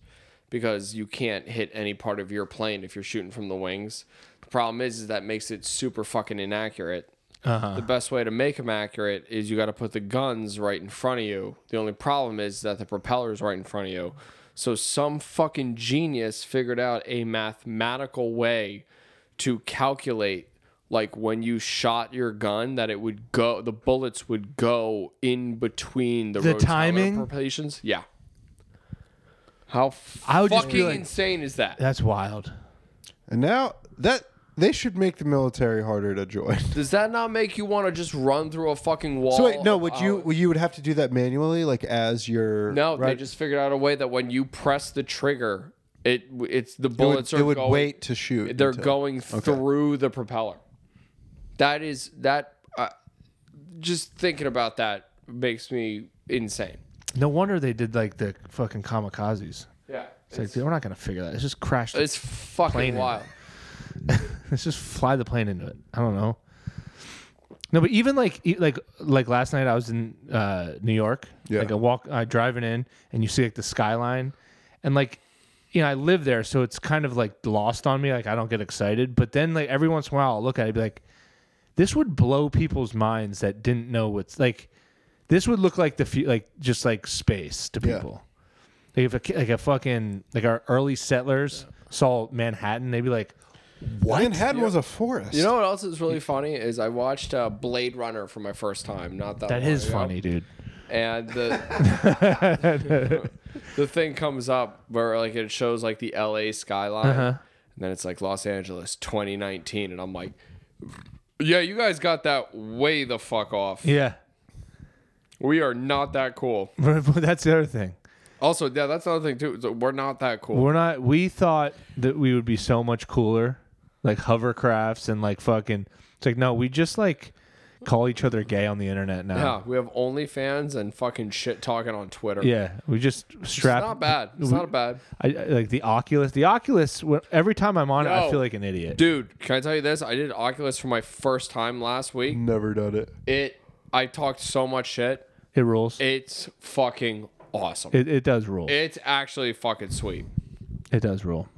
C: because you can't hit any part of your plane if you're shooting from the wings. The problem is, is that makes it super fucking inaccurate. The best way to make them accurate is you got to put the guns right in front of you. The only problem is that the propeller's right in front of you. So some fucking genius figured out a mathematical way to calculate like when you shot your gun that it would go the bullets would go in between the,
A: The
C: rotator
A: timing?
C: propulsions. Yeah. How f-
A: I would just be
C: fucking
A: like-
C: insane is that?
A: That's wild.
B: And now that they should make the military harder to join.
C: Does that not make you want to just run through a fucking wall?
B: So wait, no, would
C: Uh,
B: you you would have to do that manually, like as your
C: No, they
B: right?
C: just figured out a way that when you press the trigger, it it's the
B: it
C: bullets
B: would,
C: are
B: it would
C: going,
B: wait to shoot.
C: They're
B: until-
C: going through the propeller. That is that. Uh, just thinking about that makes me insane.
A: No wonder they did like the fucking kamikazes.
C: Yeah,
A: It's like dude, we're not gonna figure that. It's just crash. the-
C: it's fucking
A: Plane.
C: wild.
A: Let's just fly the plane into it. I don't know. No, but even like e- like like last night, I was in uh, New York.
B: Yeah.
A: Like I walk uh, driving in, and you see like the skyline, and like you know I live there, so it's kind of like lost on me. Like I don't get excited, but then like every once in a while I'll look at it, and be like, this would blow people's minds that didn't know what's like. This would look like the fu- like just like space to
B: Yeah.
A: people. Like if a ki- like a fucking like our early settlers saw Manhattan, they'd be like,
B: Manhattan was a forest.
C: You know what else is really funny is I watched uh, Blade Runner for my first time. Not that
A: That
C: long
A: is
C: ago.
A: funny, dude.
C: and the the thing comes up where like it shows like the LA skyline
A: Uh-huh.
C: and then it's like Los Angeles 2019 and I'm like yeah you guys got that way the fuck off
A: Yeah.
C: we are not that cool
A: That's the other thing.
C: also yeah that's another thing too so we're not that cool
A: We're not we thought that we would be so much cooler, like hovercrafts and like fucking it's like no, we just like call each other gay on the internet
C: Yeah,
A: now.
C: we have OnlyFans and fucking shit talking on Twitter.
A: Yeah, we just
C: It's
A: strap.
C: not bad. It's not bad.
A: I, I- like the Oculus. The Oculus. when- Every time I'm on it, I
C: No.
A: feel like an idiot.
C: Dude, can I tell you this? I did Oculus for my first time last week.
A: Mm.
B: Never done it.
C: It I talked so much shit.
A: it rules. It,
C: It's fucking awesome.
A: it, does rule. It,
C: it's actually fucking sweet.
A: does rule.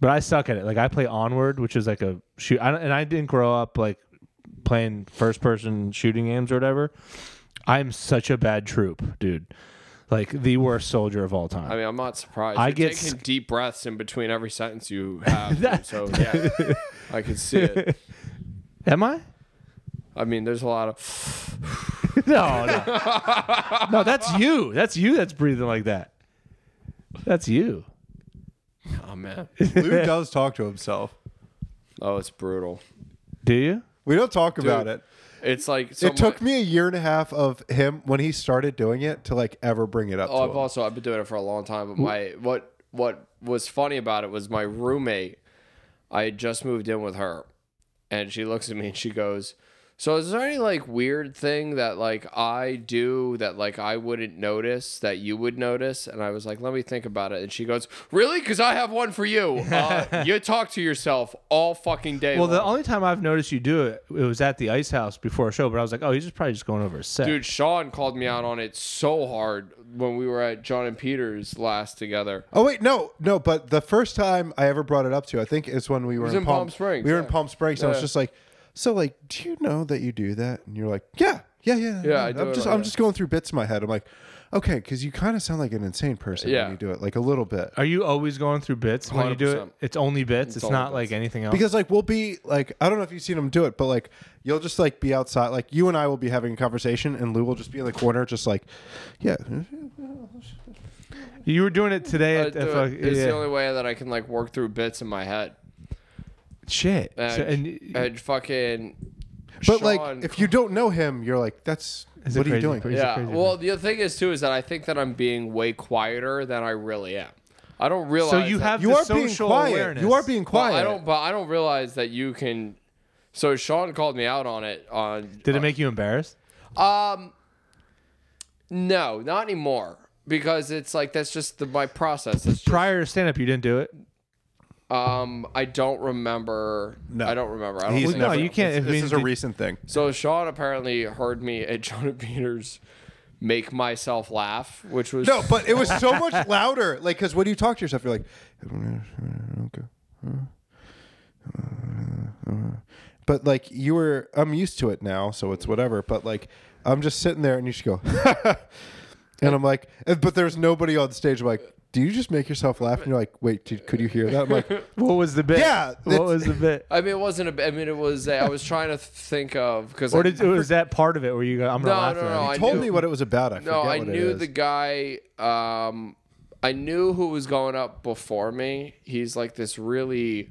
A: But I suck at it. Like I play Onward, which is like a shoot. I don't, and I didn't grow up like playing first person shooting games or whatever. I'm such a bad troop, dude. Like the worst soldier of all time.
C: I mean, I'm not surprised.
A: I
C: You're
A: get
C: taking
A: sc-
C: deep breaths in between every sentence you have. dude, so yeah, I can see it.
A: Am I?
C: I mean, there's a lot of
A: No, no. no, that's you. That's you that's breathing like that. That's you.
C: oh man,
D: Lou does talk to himself.
C: oh it's brutal.
A: Do you?
B: We don't talk about it.
C: It's like so
B: It took
C: my-
B: me a year and a half of him when he started doing it to like ever bring it up.
C: Oh,
B: to
C: I've
B: him.
C: also I've been doing it for a long time. But my what what was funny about it was my roommate. I had just moved in with her, and she looks at me and she goes, "So is there any like weird thing that like I do that like I wouldn't notice that you would notice?" And I was like, "Let me think about it." And she goes, "Really? Because I have one for you. Uh, you talk to yourself all fucking day."
A: Well,
C: long.
A: the only time I've noticed you do it, it was at the ice house before a show, but I was like, oh, he's just probably just going over a set.
C: Dude, Sean called me out on it so hard when we were at John and Peter's last together.
B: Oh wait, no, no. But the first time I ever brought it up to, you, I think, is when we were
C: was
B: in,
C: in Palm Springs,
B: We were in
C: yeah.
B: Palm Springs. And I was
C: Yeah.
B: just like, so like, do you know that you do that? And you're like, yeah, yeah, yeah,
C: Yeah, I
B: I'm
C: do it
B: just,
C: like
B: I'm
C: that.
B: just going through bits in my head. I'm like, okay, because you kind of sound like an insane person
C: Yeah.
B: when you do it, like a little bit.
A: Are you always going through bits when you do it?
C: 100%.
A: It's only bits. It's,
C: only
A: not
C: bits.
A: like anything else.
B: Because like we'll be like I don't know if you've seen him do it, but like you'll just like be outside, like you and I will be having a conversation, and Lou will just be in the corner, just like, yeah,
A: you were doing it today.
C: I
A: At,
C: do
A: at
C: it.
A: fuck-
C: It's
A: yeah.
C: Uh, the only way that I can like work through bits in my head.
A: shit.
C: And,
A: So- and-
C: and fucking.
B: but
C: Sean-
B: like if you don't know him, you're like, that's
A: Is it
B: what are you
A: crazy?
B: doing?
A: Crazy. He's a
C: yeah.
A: crazy
C: Well, the other thing is too is that I think that I'm being way quieter than I really am. I don't realize.
A: so you
C: that-
A: have
B: You
A: the
B: are being
A: social
B: quiet.
A: awareness.
B: You are being
C: Well,
B: quiet.
C: I don't. But I don't realize that you can. So Sean called me out on it. On uh,
A: Did it make you embarrassed?
C: no, not anymore. Because it's like that's just the, my process. It's just,
A: Prior to stand up, you didn't do it.
C: um, I don't remember. No, I don't remember. I don't
B: He's
C: think
A: no,
B: never-
A: you can't.
B: This,
A: I mean,
B: this is a
A: did-
B: recent thing.
C: So Sean apparently heard me at John and Peter's make myself laugh, which was
B: No, but it was so much louder. Like, because when you talk to yourself, you're like, okay. But like you were, I'm used to it now, so it's whatever. But like, I'm just sitting there, and you just go, and I'm like, and- but there's nobody on stage. I'm like, do you just make yourself laugh? And you're like, wait, did, could you hear that? I'm like,
A: What was the bit?
B: Yeah,
A: What
B: it's-
A: was the bit?
C: I mean, it wasn't. A, b- I mean, it was. A, I was trying to think of because.
A: Or did, was that part of it where you go, I'm going to
C: No,
A: laugh
C: no,
A: at
C: no,
A: it?
C: I
B: told
C: knew-
B: me what it was about. I
C: No,
B: forget
C: I
B: what it
C: knew
B: is.
C: the guy. Um, I knew who was going up before me. He's like this really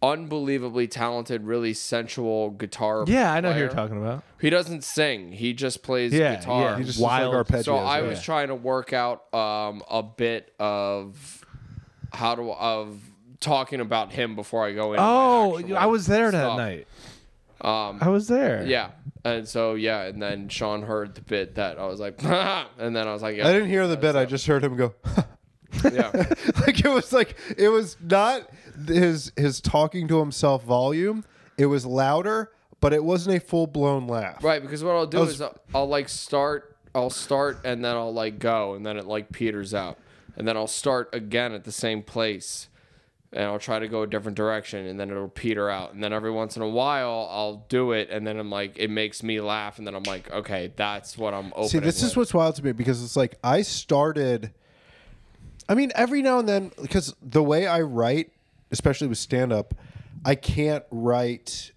C: unbelievably talented, really sensual guitar.
A: Yeah, I know who you're
C: player.
A: talking about.
C: He doesn't sing. He just plays
A: Yeah,
C: guitar.
A: yeah.
B: He just
A: Wild.
B: wild like arpeggios.
C: So I was
A: yeah.
C: trying to work out um, a bit of how to of talking about him before I go in.
A: Oh, I was there that
C: stuff.
A: night.
C: Um,
A: I was there.
C: yeah, and so yeah, and then Sean heard the bit that I was like, and then I was like,
B: I
C: yeah,
B: didn't hear the bit. I just heard him go.
C: yeah.
B: like it was like it was not his his talking to himself volume. It was louder, but it wasn't a full blown laugh.
C: right. Because what I'll do is I'll, I'll like start, I'll start, and then I'll like go, and then it like peters out, and then I'll start again at the same place. And I'll try to go a different direction, and then it'll peter out. And then every once in a while, I'll do it, and then I'm like, it makes me laugh, and then I'm like, okay, that's what I'm opening.
B: See, this
C: with.
B: is what's wild to me because it's like I started. I mean, every now and then, because the way I write, especially with stand up, I can't write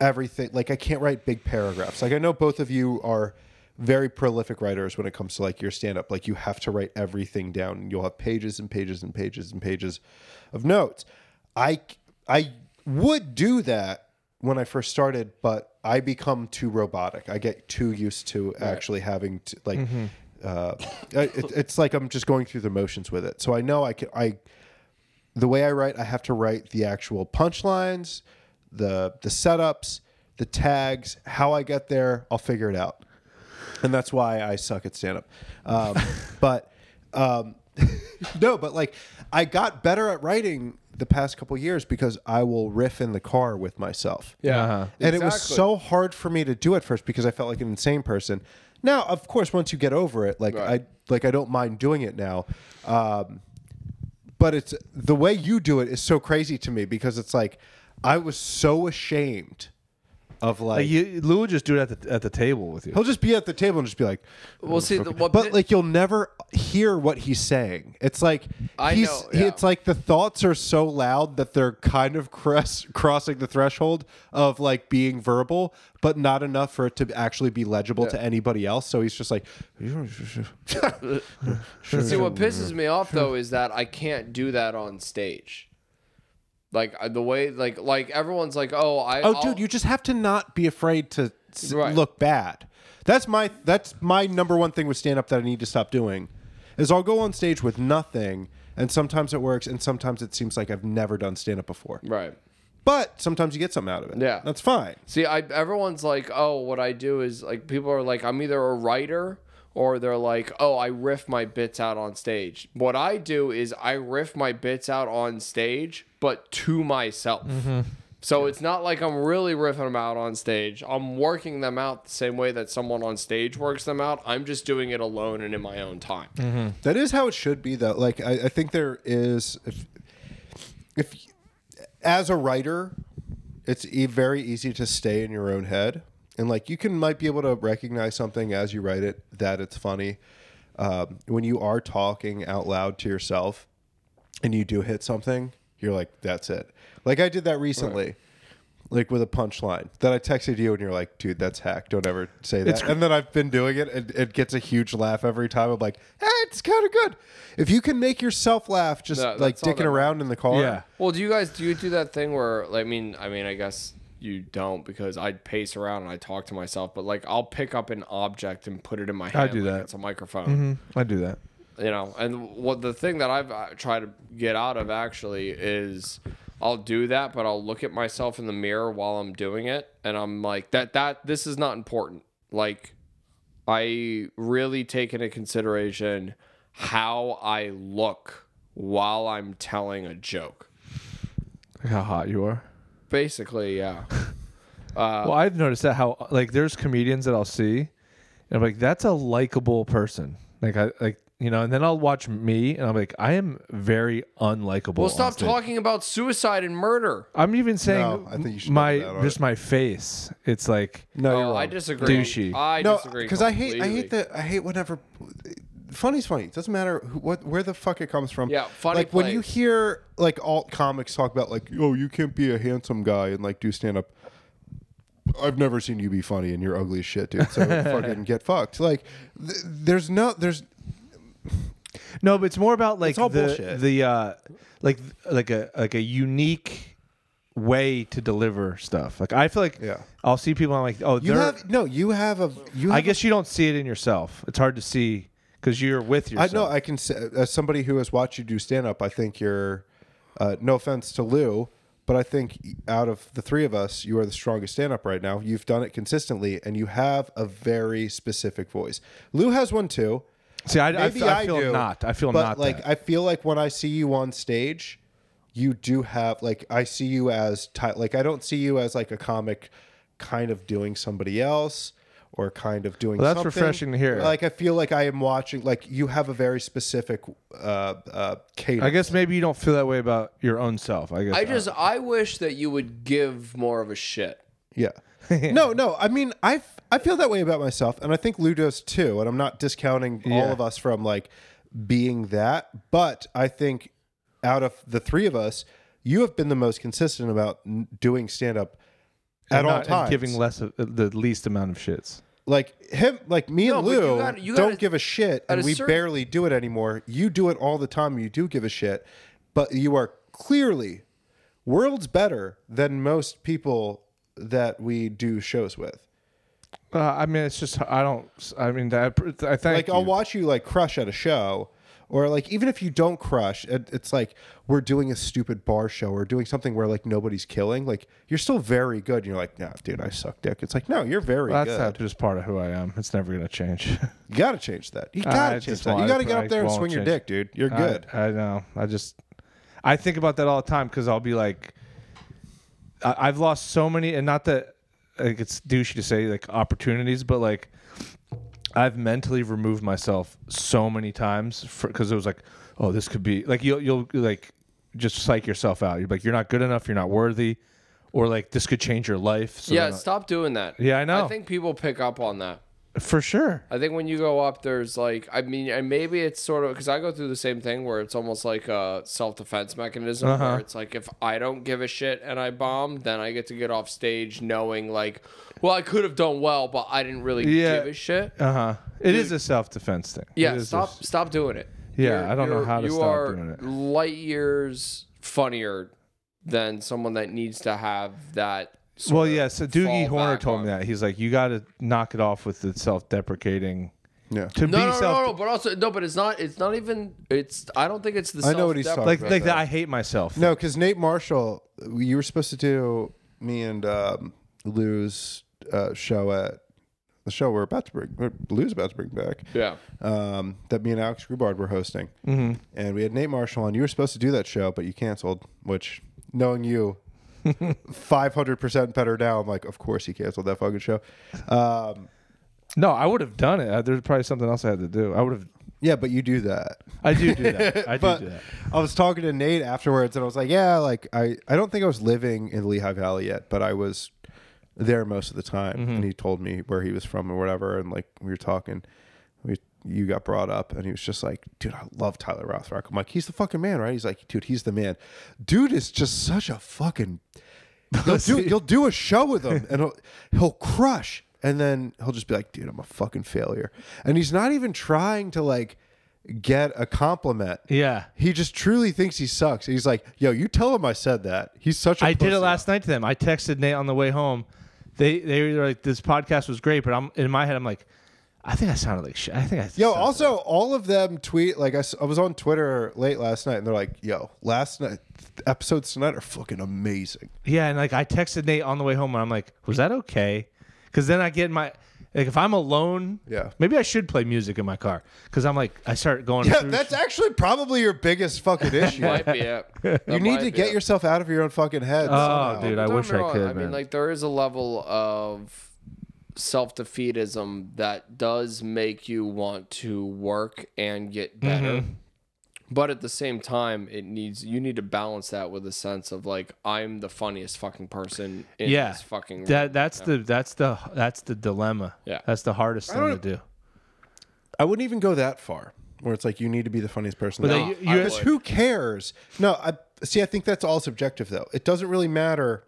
B: everything. Like, I can't write big paragraphs. Like, I know both of you are very prolific writers when it comes to like your stand up. Like, you have to write everything down. You'll have pages and pages and pages and pages of notes. I, I would do that when I first started, but I become too robotic. I get too used to actually having to, like, uh, I- it, it's like I'm just going through the motions with it. So I know I can I the way I write, I have to write the actual punchlines, the the setups, the tags, how I get there, I'll figure it out. And that's why I suck at stand up. Um, but um, no, but like I got better at writing the past couple years because I will riff in the car with myself.
C: Yeah.
A: Uh-huh.
B: And it was
C: Exactly.
B: so hard for me to do at first because I felt like an insane person. Now, of course, once you get over it, like
C: Right.
B: I like I don't mind doing it now. Um, but it's the way you do it is so crazy to me because it's like I was so ashamed of like,
A: Like you, Lou would just do it at the at the table with you.
B: he'll just be at the table and just be like
C: Well, see, the, what,
B: but like you'll never hear what he's saying. It's like
C: I
B: he's
C: know, yeah.
B: it's like the thoughts are so loud that they're kind of cross, crossing the threshold of like being verbal, but not enough for it to actually be legible to anybody else. So he's just like
C: see, what pisses me off though is that I can't do that on stage. Like I- the way, like, like everyone's like, "Oh, I."
B: Oh
C: I'll-
B: dude, you just have to not be afraid to s-
C: Right.
B: look bad. That's my that's my number one thing with stand up that I need to stop doing. Is I'll go on stage with nothing and sometimes it works and sometimes it seems like I've never done stand up before.
C: Right.
B: But sometimes you get something out of it.
C: Yeah.
B: That's fine.
C: See, I everyone's like, "Oh, what I do is like people are like, I'm either a writer or they're like, "Oh, I riff my bits out on stage." What I do is I riff my bits out on stage, but to myself. So it's not like I'm really riffing them out on stage. I'm working them out the same way that someone on stage works them out. I'm just doing it alone and in my own time.
B: That is how it should be, though. Like I, I think there is, if, if as a writer, it's e- very easy to stay in your own head, and like you can might be able to recognize something as you write it that it's funny. Um, when you are talking out loud to yourself, and you do hit something, you're like, "That's it." Like I did that recently. Like with a punchline that I texted you, and you're like, dude, that's hack. Don't ever say that. and then I've been doing it, and it gets a huge laugh every time. I'm like, eh, it's kind of good. If you can make yourself laugh, just
C: No,
B: like
C: that's all
B: dicking
C: that
B: around in the car.
A: Yeah.
C: Well, do you guys do you do that thing where like, I mean, I mean, I guess you don't because I pace around and I talk to myself, but like I'll pick up an object and put it in my hand.
A: do
C: like
A: that. Mm-hmm.
C: It's a microphone
A: I do that.
C: you know and what the thing that i've uh, tried to get out of actually is i'll do that but i'll look at myself in the mirror while i'm doing it and i'm like that that this is not important like i really take into consideration how i look while i'm telling a joke
A: Like how hot you are.
C: basically yeah
A: well, I've noticed that how like there's comedians that I'll see, and I'm like, that's a likable person. Like I like you know, and then I'll watch me, and I'm like, I am very unlikable.
C: well
A: on
C: stop
A: stage.
C: talking about suicide and murder
A: I'm even saying
B: No, I think you should
A: my
B: edit that out.
A: just my face. It's like
B: No, you're
C: oh, i
B: wrong.
C: disagree
A: Douchey.
C: i
B: no,
C: disagree
B: because I hate I
C: completely.
B: hate that I hate whenever funny's funny. It doesn't matter who, what where the fuck it comes from.
C: Yeah, funny
B: Like when you
C: plays.
B: hear like alt comics talk about like, oh, you can't be a handsome guy and like do stand up. I've never seen you be funny and you're ugly as shit, dude. So fucking get fucked. Like, th- there's no there's
A: No, but it's more about like
D: all
A: the
D: bullshit.
A: the uh, like like a like a unique way to deliver stuff. Like I feel like
B: Yeah.
A: I'll see people. I'm like, oh,
B: you
A: they're-
B: have no you have a you. Have
A: I guess you don't see it in yourself. It's hard to see because you're with
B: I
A: yourself.
B: know I can say as somebody who has watched you do stand up, I think you're uh, no offense to Lou, but I think out of the three of us, you are the strongest stand up right now. You've done it consistently and you have a very specific voice. Lou has one too.
A: see, I, I,
B: Maybe
A: feel- I feel
B: do,
A: not. I feel
B: but
A: not
B: like
A: that.
B: I feel like when I see you on stage, you do have like I see you as ty- like I don't see you as like a comic kind of doing somebody else or kind of doing
A: Well, that's
B: something.
A: refreshing to hear.
B: Like I feel like I am watching like you have a very specific uh uh cadence.
A: I guess maybe you don't feel that way about your own self. I guess
C: i just i wish that you would give more of a shit
B: Yeah. no, no. I mean, I I feel that way about myself, and I think Lou does too. And I'm not discounting all
A: Yeah.
B: of us from like being that, but I think out of the three of us, you have been the most consistent about n- doing stand up at
A: And
B: all
A: not- and
B: times.
A: giving less of, the least amount of shits.
B: like him, like me and
C: No, but you
B: Lou
C: gotta- you
B: don't
C: gotta-
B: give a shit,
C: at
B: and
C: a
B: we
C: certain-
B: barely do it anymore. You do it all the time. You do give a shit, but you are clearly worlds better than most people that we do shows with.
A: Uh, I mean, it's just I don't. I mean, that, I thank
B: like
A: you.
B: I'll watch you like crush at a show or like even if you don't crush, it, it's like we're doing a stupid bar show or doing something where like nobody's killing. Like you're still very good. And you're like, nah, dude, I suck dick. It's like, no, you're very
A: That's
B: good.
A: not just part of who I am. It's never gonna change.
B: You gotta change that. You
A: I
B: gotta
A: just
B: change that. You
A: wanna-
B: gotta get
A: I
B: up there and
A: won't
B: swing your
A: change.
B: dick, dude. You're good.
A: I, I know. I just I think about that all the time because I'll be like, I, I've lost so many, and not that like it's douchey to say like opportunities, but like I've mentally removed myself so many times because it was like, oh, this could be like you'll you'll like just psych yourself out. You're like you're not good enough. You're not worthy. Or like this could change your life. So
C: yeah,
A: then I-
C: stop doing that.
A: Yeah, I know.
C: I think people pick up on that.
A: for sure.
C: I think when you go up, there's like, I mean, and maybe it's sort of because I go through the same thing where it's almost like a self defense mechanism where it's like, if I don't give a shit and I bomb, then I get to get off stage knowing, like, well, I could have done well, but I didn't really
A: Yeah.
C: give a shit.
A: Uh huh. It is a self defense thing. It
C: Yeah,
A: is a-
C: stop, stop doing it.
A: Yeah, I don't know how to
C: you
A: stop
C: are
A: doing it.
C: Light years funnier than someone that needs to have that. sort
A: Well,
C: of
A: yeah. So Doogie
C: fall
A: Horner
C: back
A: told
C: on.
A: me that he's like, you got to knock it off with the self-deprecating.
B: Yeah.
A: To
C: No,
A: be
C: no, no,
A: self,
C: no, no, but also no, but it's not. It's not even. It's. I don't think it's the.
B: I know what he's
C: self-dep-
B: talking
A: like,
B: about
A: like
B: that.
A: the I hate myself.
B: No, because Nate Marshall, you were supposed to do me and um, Lou's uh, show at the show we're about to bring. or Lou's about to bring back.
C: Yeah.
B: Um, that me and Alex Grubard were hosting, mm-hmm. and we had Nate Marshall on. You were supposed to do that show, but you canceled. Which, knowing you, five hundred percent better now. I'm like, of course he canceled that fucking show. Um,
A: no, I would have done it. Uh, There's probably something else I had to do. I would have.
B: yeah, but you do that.
A: I do do that. I do
B: but
A: do that.
B: I was talking to Nate afterwards, and I was like, "Yeah, like I, I don't think I was living in Lehigh Valley yet, but I was there most of the time." And he told me where he was from or whatever, and like we were talking, we you got brought up, and he was just like, "Dude, I love Tyler Rothrock." I'm like, "He's the fucking man, right?" He's like, "Dude, he's the man." Dude is just such a fucking. You'll do, you'll do a show with him, and he'll, he'll crush. And then he'll just be like, dude, I'm a fucking failure. And he's not even trying to like get a compliment.
A: Yeah,
B: He just truly thinks he sucks. He's like, yo, you tell him I said that. He's such a
A: I did
B: pussy.
A: it last night to them. I texted Nate on the way home. They they were like, this podcast was great, but I'm in my head. I'm like, I think I sounded like shit. I think I.
B: Yo,
A: sounded-
B: also, all of them tweet, like, I, s- I was on Twitter late last night and they're like, yo, last night, episodes tonight are fucking amazing.
A: Yeah, and like I texted Nate on the way home, and I'm like, was that okay? Because then I get my like if I'm alone,
B: Yeah.
A: maybe I should play music in my car because I'm like I start going.
B: Yeah,
A: through
B: that's actually probably your biggest fucking issue.
C: Might be it.
B: you need to get yourself out of your own fucking head.
A: Oh,
B: somehow.
A: dude, I
C: Don't
A: wish
C: get me
A: I
C: wrong,
A: could.
C: I
A: man.
C: mean, like there is a level of self defeatism that does make you want to work and get
A: Mm-hmm.
C: better. But at the same time, it needs you need to balance that with a sense of like I'm the funniest fucking person in
A: yeah,
C: this fucking room.
A: that that's the that's the that's the dilemma.
C: Yeah.
A: that's the hardest thing to
B: don't-
A: do.
B: I wouldn't even go that far, where it's like you need to be the funniest person.
A: But
B: there.
A: they- you-
C: I
A: you-
B: Because
C: would.
B: who cares? No, I see. I think that's all subjective, though. It doesn't really matter.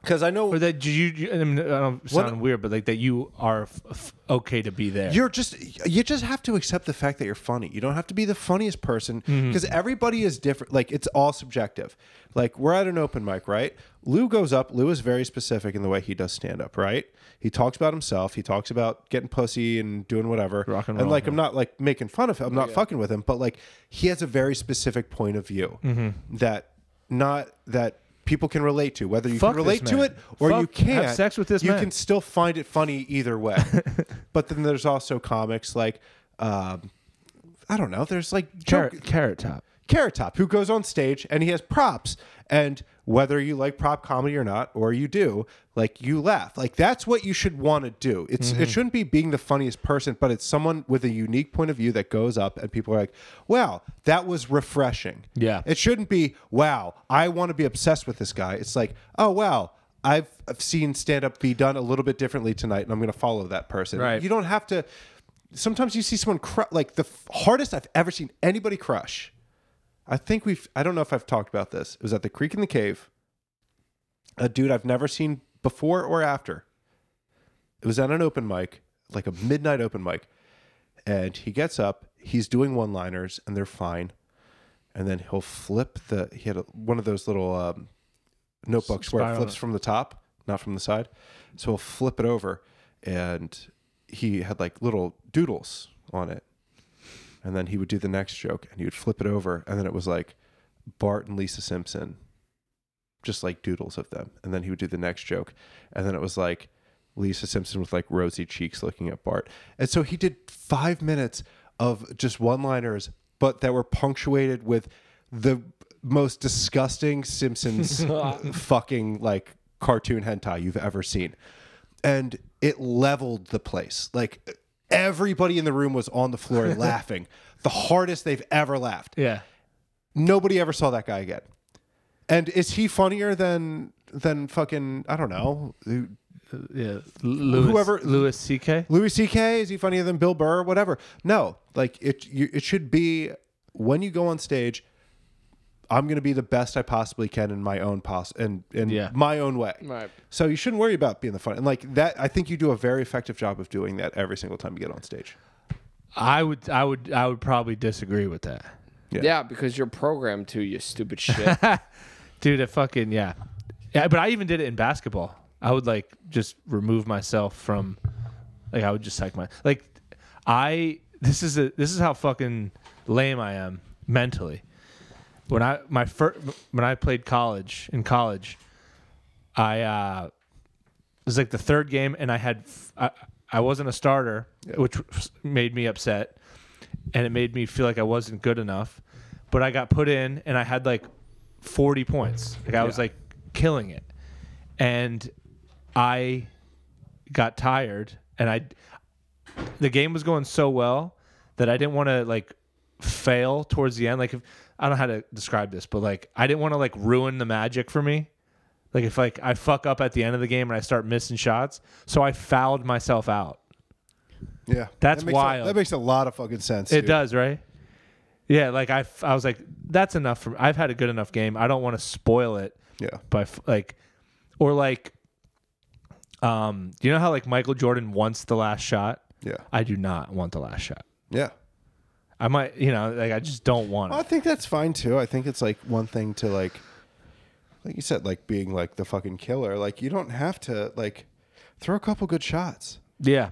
B: Because I know
A: Or that you, you I, mean, I don't sound
B: What-
A: weird, but like that you are f- f- okay to be there.
B: you're just you just have to accept the fact that you're funny. You don't have to be the funniest person
A: Mm-hmm.
B: because everybody is different. Like it's all subjective. Like we're at an open mic, right? Lou goes up. Lou is very specific in the way he does stand up, right? He talks about himself. He talks about getting pussy and doing whatever.
A: Rock and
B: and
A: roll,
B: like I'm not like making fun of him. I'm not fucking with him. But like he has a very specific point of view
A: Mm-hmm.
B: that not that people can relate to. Whether you
A: Fuck
B: can
A: this
B: relate to
A: man.
B: it or
A: Fuck-
B: you
A: have
B: can't.
A: sex with this
B: You
A: man.
B: can still find it funny either way. but then there's also comics like, um, I don't know, there's like Joe-
A: carrot, carrot top.
B: Carrot Top, who goes on stage and he has props. And whether you like prop comedy or not, or you do, like you laugh. Like that's what you should want to do. It's
A: Mm-hmm.
B: it shouldn't be being the funniest person, but it's someone with a unique point of view that goes up and people are like, "Wow, that was refreshing."
A: Yeah.
B: It shouldn't be, "Wow, I want to be obsessed with this guy." It's like, "Oh wow." I've, I've seen stand up be done a little bit differently tonight, and I'm going to follow that person.
A: Right.
B: You don't have to. Sometimes you see someone cru- like the f- hardest I've ever seen anybody crush I think we've I don't know if I've talked about this. It was at the creek in the cave. A dude I've never seen before or after. It was at an open mic, like a midnight open mic. And he gets up, he's doing one-liners and they're fine. And then he'll flip the he had a, one of those little um, notebooks where it
A: Spiral.
B: flips from the top, not from the side. So he'll flip it over and he had like little doodles on it and then he would do the next joke and he would flip it over and then it was like Bart and Lisa Simpson just like doodles of them and then he would do the next joke and then it was like Lisa Simpson with like rosy cheeks looking at Bart. And so he did 5 minutes of just one-liners but that were punctuated with the most disgusting Simpsons fucking like cartoon hentai you've ever seen. And it leveled the place. Like everybody in the room was on the floor laughing. The hardest they've ever laughed.
A: Yeah.
B: Nobody ever saw that guy again. And is he funnier than than fucking I don't know
A: Yeah. Louis,
B: Whoever-
A: Louis C.K.
B: Louis C.K. Is he funnier than Bill Burr? Whatever. No, like it. You, it should be when you go on stage. I'm going to be the best I possibly can in my own pos and in,
A: Yeah.
B: my own way.
C: Right.
B: So you shouldn't worry about being the fun. And like that, I think you do a very effective job of doing that every single time you get on stage.
A: I would, I would, I would probably disagree with that,
B: Yeah.
C: Yeah, because you're programmed to, you stupid shit.
A: dude. It fucking yeah, yeah. But I even did it in basketball. I would like just remove myself from, like I would just psych my like, I this is a this is how fucking lame I am mentally. When I my first when I played college in college, I uh, it was like the third game, and I had I, I wasn't a starter, which made me upset, and it made me feel like I wasn't good enough. But I got put in, and I had like forty points. Like I was like killing it, and I got tired, and I the game was going so well that I didn't want to like fail towards the end. Like if, I don't know how to describe this, but like I didn't want to like ruin the magic for me. Like if like I fuck up at the end of the game and I start missing shots, so I fouled myself out.
F: Yeah.
A: That's
F: that makes
A: wild.
F: A, that makes a lot of fucking sense.
A: It
F: dude.
A: does, right? Yeah, like I, f- I was like, that's enough for. I've had a good enough game. I don't want to spoil it
B: Yeah.
A: by f- like, or like, um, you know how like Michael Jordan wants the last shot.
B: Yeah.
A: I do not want the last shot.
B: Yeah.
A: I might, you know, like I just don't want it.
B: Well, I think that's fine too. I think it's like one thing to like, like you said, like being like the fucking killer. Like you don't have to like throw a couple good shots.
A: Yeah,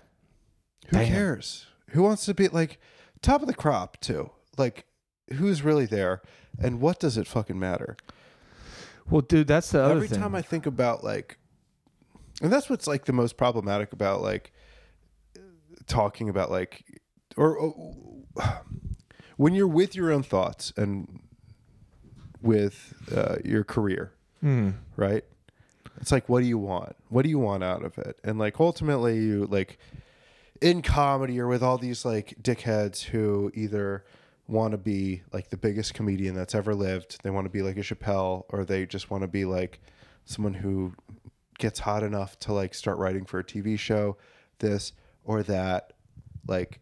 B: Who
A: Damn.
B: cares? Who wants to be like top of the crop too? Like who's really there and what does it fucking matter?
A: Well, dude, that's the other
B: Every
A: thing.
B: time I think about like and that's what's like the most problematic about like talking about like or, or when you're with your own thoughts and with uh, your career,
A: Hmm.
B: right? It's like, what do you want? What do you want out of it? And like, ultimately, you like in comedy or with all these like dickheads who either want to be like the biggest comedian that's ever lived, they want to be like a Chappelle, or they just want to be like someone who gets hot enough to like start writing for a TV show, this or that. Like,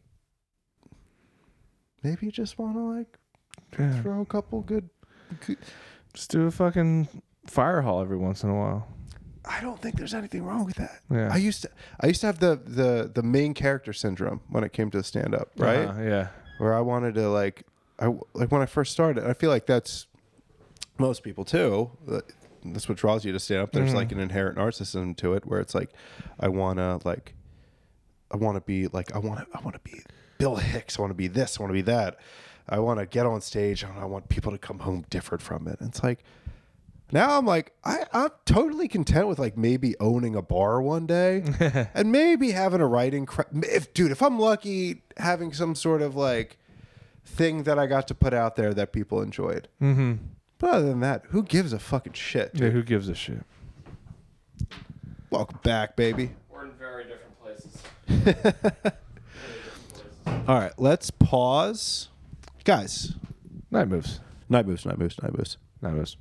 B: maybe you just want to like throw a couple good.
A: just do a fucking fire hall every once in a while.
B: I don't think there's anything wrong with that.
A: Yeah.
B: I used to I used to have the the the main character syndrome when it came to stand up, right?
A: Uh-huh, yeah.
B: Where I wanted to like I like when I first started. I feel like that's most people too. uh, That's what draws you to stand up. There's like an inherent narcissism to it where it's like I want to like I want to be like I want to I want to be Bill Hicks. I want to be this. I want to be that. I want to get on stage and I want people to come home different from it. And it's like now I'm like I I'm totally content with like maybe owning a bar one day and maybe having a writing cra- if dude if I'm lucky having some sort of like thing that I got to put out there that people enjoyed. Mm-hmm. But other than that, who gives a fucking shit?
A: Yeah. Who gives a shit?
B: Welcome back, baby.
C: We're in very different places.
B: All right, let's pause, guys.
A: Night moves.
B: Night moves, night moves, night moves.
A: Night moves.